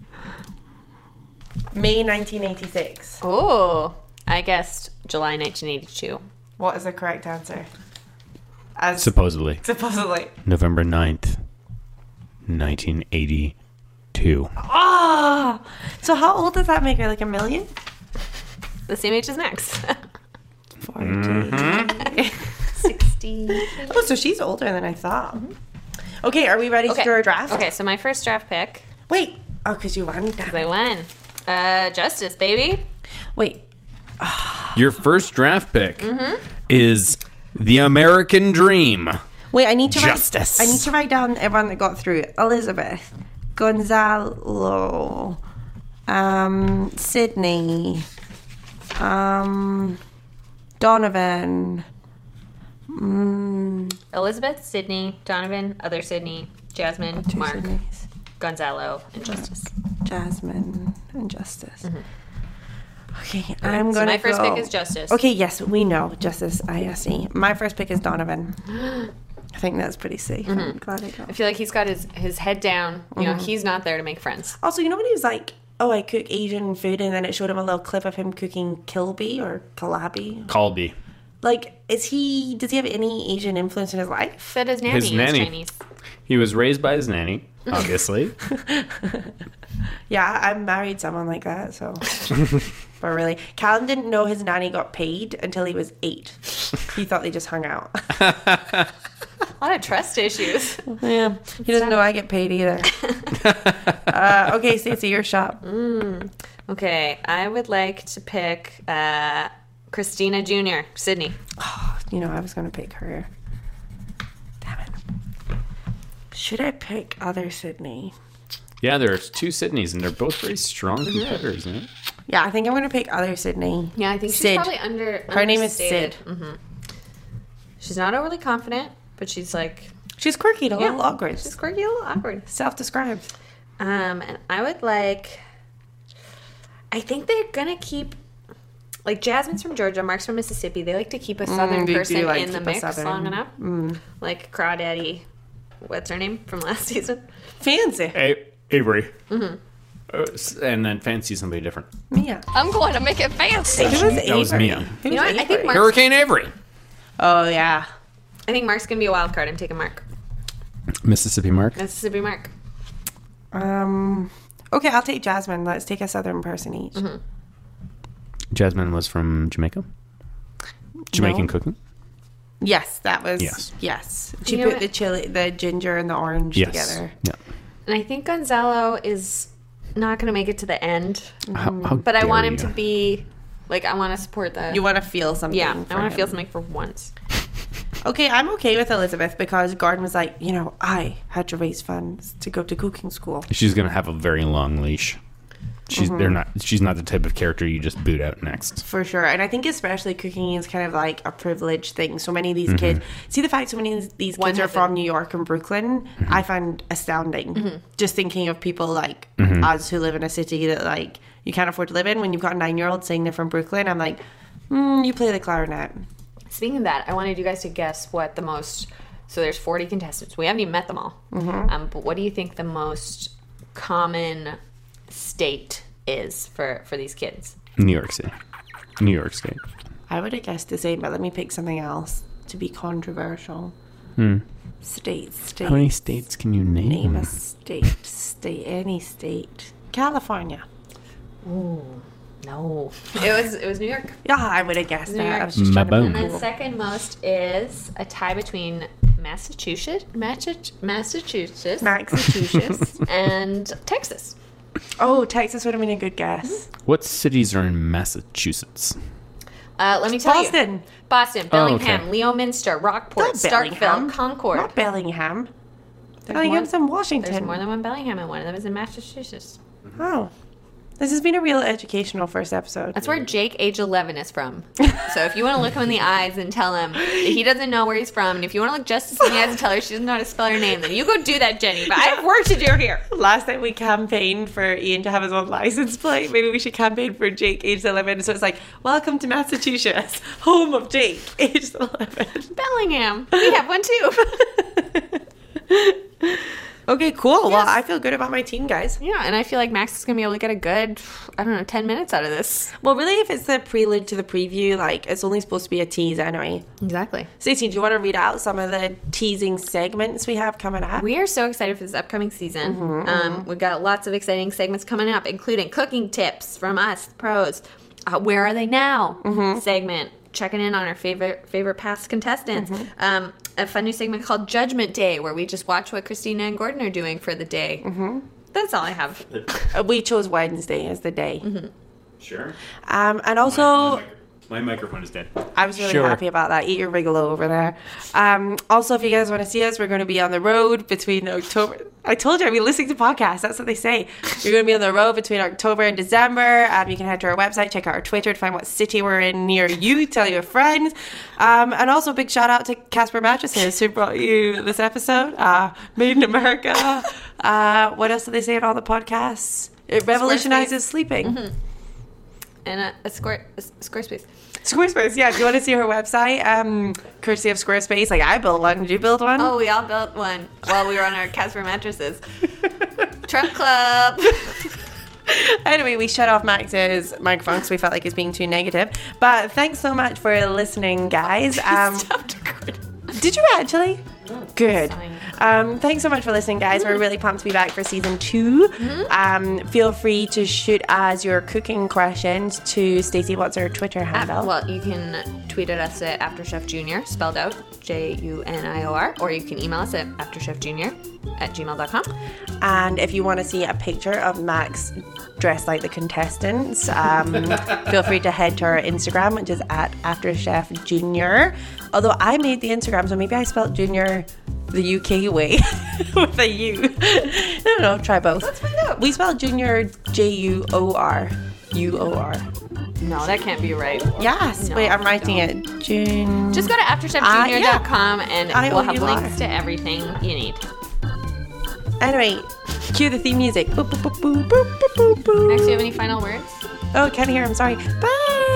[SPEAKER 3] May 1986.
[SPEAKER 2] Oh, I guessed July 1982.
[SPEAKER 3] What is the correct answer? As
[SPEAKER 1] Supposedly.
[SPEAKER 3] supposedly.
[SPEAKER 1] November 9th, 1982.
[SPEAKER 3] Oh, so how old does that make her? Like a million?
[SPEAKER 2] The same age as Max.
[SPEAKER 3] 40 Oh, so she's older than I thought. Mm-hmm. Okay, are we ready to do our draft?
[SPEAKER 2] Okay, so my first draft pick,
[SPEAKER 3] Wait. Oh, because you won that.
[SPEAKER 2] 'cause I won. Uh, Justice, baby.
[SPEAKER 3] Wait.
[SPEAKER 1] Your first draft pick
[SPEAKER 2] Mm-hmm.
[SPEAKER 1] is The American Dream.
[SPEAKER 3] Wait, I need to
[SPEAKER 1] Justice.
[SPEAKER 3] Write, I need to write down everyone that got through. Elizabeth, Gonzalo, um, Sydney, um, Donovan. Mm,
[SPEAKER 2] Elizabeth, Sydney, Donovan, other Sydney, Jasmine, Mark,
[SPEAKER 3] Sydneys.
[SPEAKER 2] Gonzalo, and Justice.
[SPEAKER 3] Jasmine and Justice. Okay, I'm
[SPEAKER 2] So
[SPEAKER 3] gonna.
[SPEAKER 2] my first
[SPEAKER 3] go-
[SPEAKER 2] pick is Justice.
[SPEAKER 3] Okay, yes, we know Justice ISE. E. My first pick is Donovan. I think that's pretty safe. I'm glad I got.
[SPEAKER 2] I feel like he's got his, his head down. You know, he's not there to make friends.
[SPEAKER 3] Also, you know when he was like, "Oh, I cook Asian food," and then it showed him a little clip of him cooking kilby or kalabi.
[SPEAKER 1] Caldy.
[SPEAKER 3] Like, is he? Does he have any Asian influence in his life?
[SPEAKER 2] Said his nanny
[SPEAKER 1] His
[SPEAKER 2] is
[SPEAKER 1] nanny.
[SPEAKER 2] Chinese.
[SPEAKER 1] He was raised by his nanny, obviously.
[SPEAKER 3] Yeah, I married someone like that, so. but really, Callum didn't know his nanny got paid until he was eight. He thought they just hung out.
[SPEAKER 2] A lot of trust issues.
[SPEAKER 3] yeah, he doesn't know I get paid either. uh, okay, Stacey, your shop.
[SPEAKER 2] okay, I would like to pick uh, Christina Jr., Sydney.
[SPEAKER 3] You know, I was going to pick her. Damn it. Should I pick other Sydney?
[SPEAKER 1] yeah, there's two Sydneys, and they're both very strong competitors, man.
[SPEAKER 3] Yeah, I think I'm going to pick other Sydney.
[SPEAKER 2] Yeah, I think she's
[SPEAKER 3] Sid.
[SPEAKER 2] probably under.
[SPEAKER 3] Her name is
[SPEAKER 2] understated.
[SPEAKER 3] Sid.
[SPEAKER 2] Mm-hmm. She's not overly confident, but she's like
[SPEAKER 3] She's quirky, a little
[SPEAKER 2] Yeah.
[SPEAKER 3] awkward.
[SPEAKER 2] she's quirky, a little awkward.
[SPEAKER 3] self-described.
[SPEAKER 2] Um, and I would like. I think they're gonna keep. Like Jasmine's from Georgia, Mark's from Mississippi. They like to keep a southern
[SPEAKER 3] Mm, they do
[SPEAKER 2] person
[SPEAKER 3] like
[SPEAKER 2] in the
[SPEAKER 3] keep a
[SPEAKER 2] mix
[SPEAKER 3] Southern. mm.
[SPEAKER 2] long enough. Like Crawdaddy, what's her name from last season?
[SPEAKER 3] Fancy.
[SPEAKER 1] A- Avery. Mm-hmm. And then fancy somebody different.
[SPEAKER 3] Mia.
[SPEAKER 6] I'm going to make it fancy.
[SPEAKER 3] Who was
[SPEAKER 1] That was
[SPEAKER 3] Avery?
[SPEAKER 1] Mia.
[SPEAKER 3] Who
[SPEAKER 2] You
[SPEAKER 3] was
[SPEAKER 2] know what? I
[SPEAKER 3] Avery?
[SPEAKER 2] think Mark.
[SPEAKER 1] Hurricane Avery.
[SPEAKER 3] Oh yeah.
[SPEAKER 2] I think Mark's gonna be a wild card. I'm taking Mark.
[SPEAKER 1] Mississippi Mark.
[SPEAKER 2] Mississippi Mark.
[SPEAKER 3] Um. Okay, I'll take Jasmine. Let's take a southern person each.
[SPEAKER 2] Mm-hmm.
[SPEAKER 1] Jasmine was from Jamaica. Jamaican
[SPEAKER 3] No.
[SPEAKER 1] cooking.
[SPEAKER 3] Yes, that was.
[SPEAKER 1] Yes.
[SPEAKER 3] Yes. She
[SPEAKER 2] You know
[SPEAKER 3] put
[SPEAKER 2] what?
[SPEAKER 3] the chili, the ginger, and the orange
[SPEAKER 1] Yes.
[SPEAKER 3] together.
[SPEAKER 1] Yeah.
[SPEAKER 2] And I think Gonzalo is not gonna make it to the end,
[SPEAKER 1] How, how
[SPEAKER 2] Mm-hmm. but I
[SPEAKER 1] dare
[SPEAKER 2] want him
[SPEAKER 1] you.
[SPEAKER 2] to be. Like I want to support the.
[SPEAKER 3] You want to feel something.
[SPEAKER 2] yeah, I
[SPEAKER 3] for
[SPEAKER 2] want to
[SPEAKER 3] him.
[SPEAKER 2] feel something for once.
[SPEAKER 3] Okay, I'm okay with Elizabeth because Gordon was like, you know, I had to raise funds to go to cooking school.
[SPEAKER 1] She's gonna have a very long leash. She's
[SPEAKER 2] Mm-hmm.
[SPEAKER 1] they're not. She's not the type of character you just boot out next.
[SPEAKER 3] For sure. And I think especially cooking is kind of like a privileged thing. So many of these kids see the fact so many of these kids
[SPEAKER 2] One
[SPEAKER 3] are
[SPEAKER 2] has
[SPEAKER 3] from New York and Brooklyn, I find astounding. Just thinking of people like us who live in a city that like you can't afford to live in when you've got a nine year old saying they're from Brooklyn, I'm like, mm, you play the clarinet.
[SPEAKER 2] Speaking of that, I wanted you guys to guess what the most. So there's 40 contestants. We haven't even met them all.
[SPEAKER 1] Mm-hmm.
[SPEAKER 2] Um, but what do you think the most common state is for for these kids?
[SPEAKER 1] New York City. New York State.
[SPEAKER 3] I would have guessed the same, but let me pick something else to be controversial. State, state.
[SPEAKER 1] How many states can you name?
[SPEAKER 3] name a state, state, any state. California.
[SPEAKER 2] No, it was it was New York.
[SPEAKER 3] Yeah, I would have guessed that. I was just
[SPEAKER 1] My
[SPEAKER 3] trying to
[SPEAKER 1] bone.
[SPEAKER 2] And second most is a tie between Massachusetts, Massa- Massachusetts,
[SPEAKER 3] Massachusetts.
[SPEAKER 2] and Texas.
[SPEAKER 3] oh, Texas would have been a good
[SPEAKER 2] Mm-hmm.
[SPEAKER 3] guess.
[SPEAKER 1] What cities are in Massachusetts?
[SPEAKER 2] Uh, let me tell you,
[SPEAKER 3] Boston.
[SPEAKER 2] Boston,
[SPEAKER 1] Oh, okay.
[SPEAKER 2] Bellingham, Leominster, Rockport,
[SPEAKER 3] Not Bellingham.
[SPEAKER 2] Starkville, Concord.
[SPEAKER 3] Not Bellingham.
[SPEAKER 2] more-
[SPEAKER 3] Bellingham's in Washington.
[SPEAKER 2] There's more than one Bellingham, and one of them is in Massachusetts.
[SPEAKER 3] oh. This has been a real educational first episode.
[SPEAKER 2] That's where Jake, age 11, is from. So if you want to look him in the eyes and tell him he doesn't know where he's from, and if you want to look Justice in the eyes and tell her she doesn't know how to spell her name, then you go do that, Jenny. But I have work to do here.
[SPEAKER 3] Last time we campaigned for Ian to have his own license plate. Maybe we should campaign for Jake, age 11. So it's like, welcome to Massachusetts, home of Jake, age 11.
[SPEAKER 2] Bellingham. We have one too.
[SPEAKER 3] Okay, cool. Well, I feel good about my team, guys.
[SPEAKER 2] Yeah, and I feel like Max is gonna be able to get a good, I don't know, ten minutes out of this.
[SPEAKER 3] Well, really, if it's the prelude to the preview, like it's only supposed to be a tease anyway.
[SPEAKER 2] Exactly.
[SPEAKER 3] Stacey, do you want to read out some of the teasing segments we have coming up?
[SPEAKER 2] We are so excited for this upcoming season. Um, we've got lots of exciting segments coming up, including cooking tips from us pros. Uh, where are they now? Segment checking in on our favorite favorite past contestants. Um, a fun new segment called Judgment Day, where we just watch what Christina and Gordon are doing for the day. That's all I have.
[SPEAKER 3] Uh, we chose Wednesday as the day.
[SPEAKER 1] Sure.
[SPEAKER 3] Um, and also,
[SPEAKER 1] my microphone is dead.
[SPEAKER 3] I was really
[SPEAKER 1] Sure.
[SPEAKER 3] happy about that. Eat your Rigolo over there. Um, also, if you guys want to see us, we're going to be on the road between October. I told you I'd be listening to podcasts. That's what they say. You're going to be on the road between October and December. Um, you can head to our website, check out our Twitter to find what city we're in near you. Tell your friends. Um, and also, big shout out to Casper Mattresses who brought you this episode. Uh, Made in America. Uh, what else do they say in all the podcasts? It revolutionizes sleeping.
[SPEAKER 2] And a, a, square, a Squarespace.
[SPEAKER 3] Squarespace, yeah. Do you want to see her website? Um, courtesy of Squarespace. Like I built one. Did you build one?
[SPEAKER 2] Oh, we all built one while we were on our Casper mattresses. Trump Club.
[SPEAKER 3] Anyway, we shut off Max's microphone because we felt like it's being too negative. But thanks so much for listening, guys. Um, did you actually?
[SPEAKER 2] Mm,
[SPEAKER 3] Good. Um, thanks so much for listening, guys. We're really pumped to be back for season 2
[SPEAKER 2] Mm-hmm.
[SPEAKER 3] Um, feel free to shoot us your cooking questions to Stacey. What's her Twitter handle?
[SPEAKER 2] well, you can tweet at us at AfterChefJunior, spelled out J U N I O R, or you can email us at AfterChefJunior at gmail.com.
[SPEAKER 3] And if you want to see a picture of Max dressed like the contestants, um, feel free to head to our Instagram, which is at AfterChef Junior. Although I made the Instagram, so maybe I spelled Junior the UK way with a U. I don't know, try both. Let's
[SPEAKER 2] find out.
[SPEAKER 3] We spell Junior J U O R. U O R.
[SPEAKER 2] No, that can't be right.
[SPEAKER 3] Yes.
[SPEAKER 2] No,
[SPEAKER 3] Wait, I'm
[SPEAKER 2] we
[SPEAKER 3] writing it. June.
[SPEAKER 2] Just go to AfterChefJunior.com and
[SPEAKER 3] I
[SPEAKER 2] we'll
[SPEAKER 3] owe
[SPEAKER 2] have
[SPEAKER 3] you
[SPEAKER 2] links
[SPEAKER 3] life.
[SPEAKER 2] to everything you need.
[SPEAKER 3] Anyway, cue the theme music. Boop, boop, boop, boop, boop, boop, boop, boop.
[SPEAKER 2] Max, do you have any final words?
[SPEAKER 3] Oh, can't hear. I'm sorry. Bye.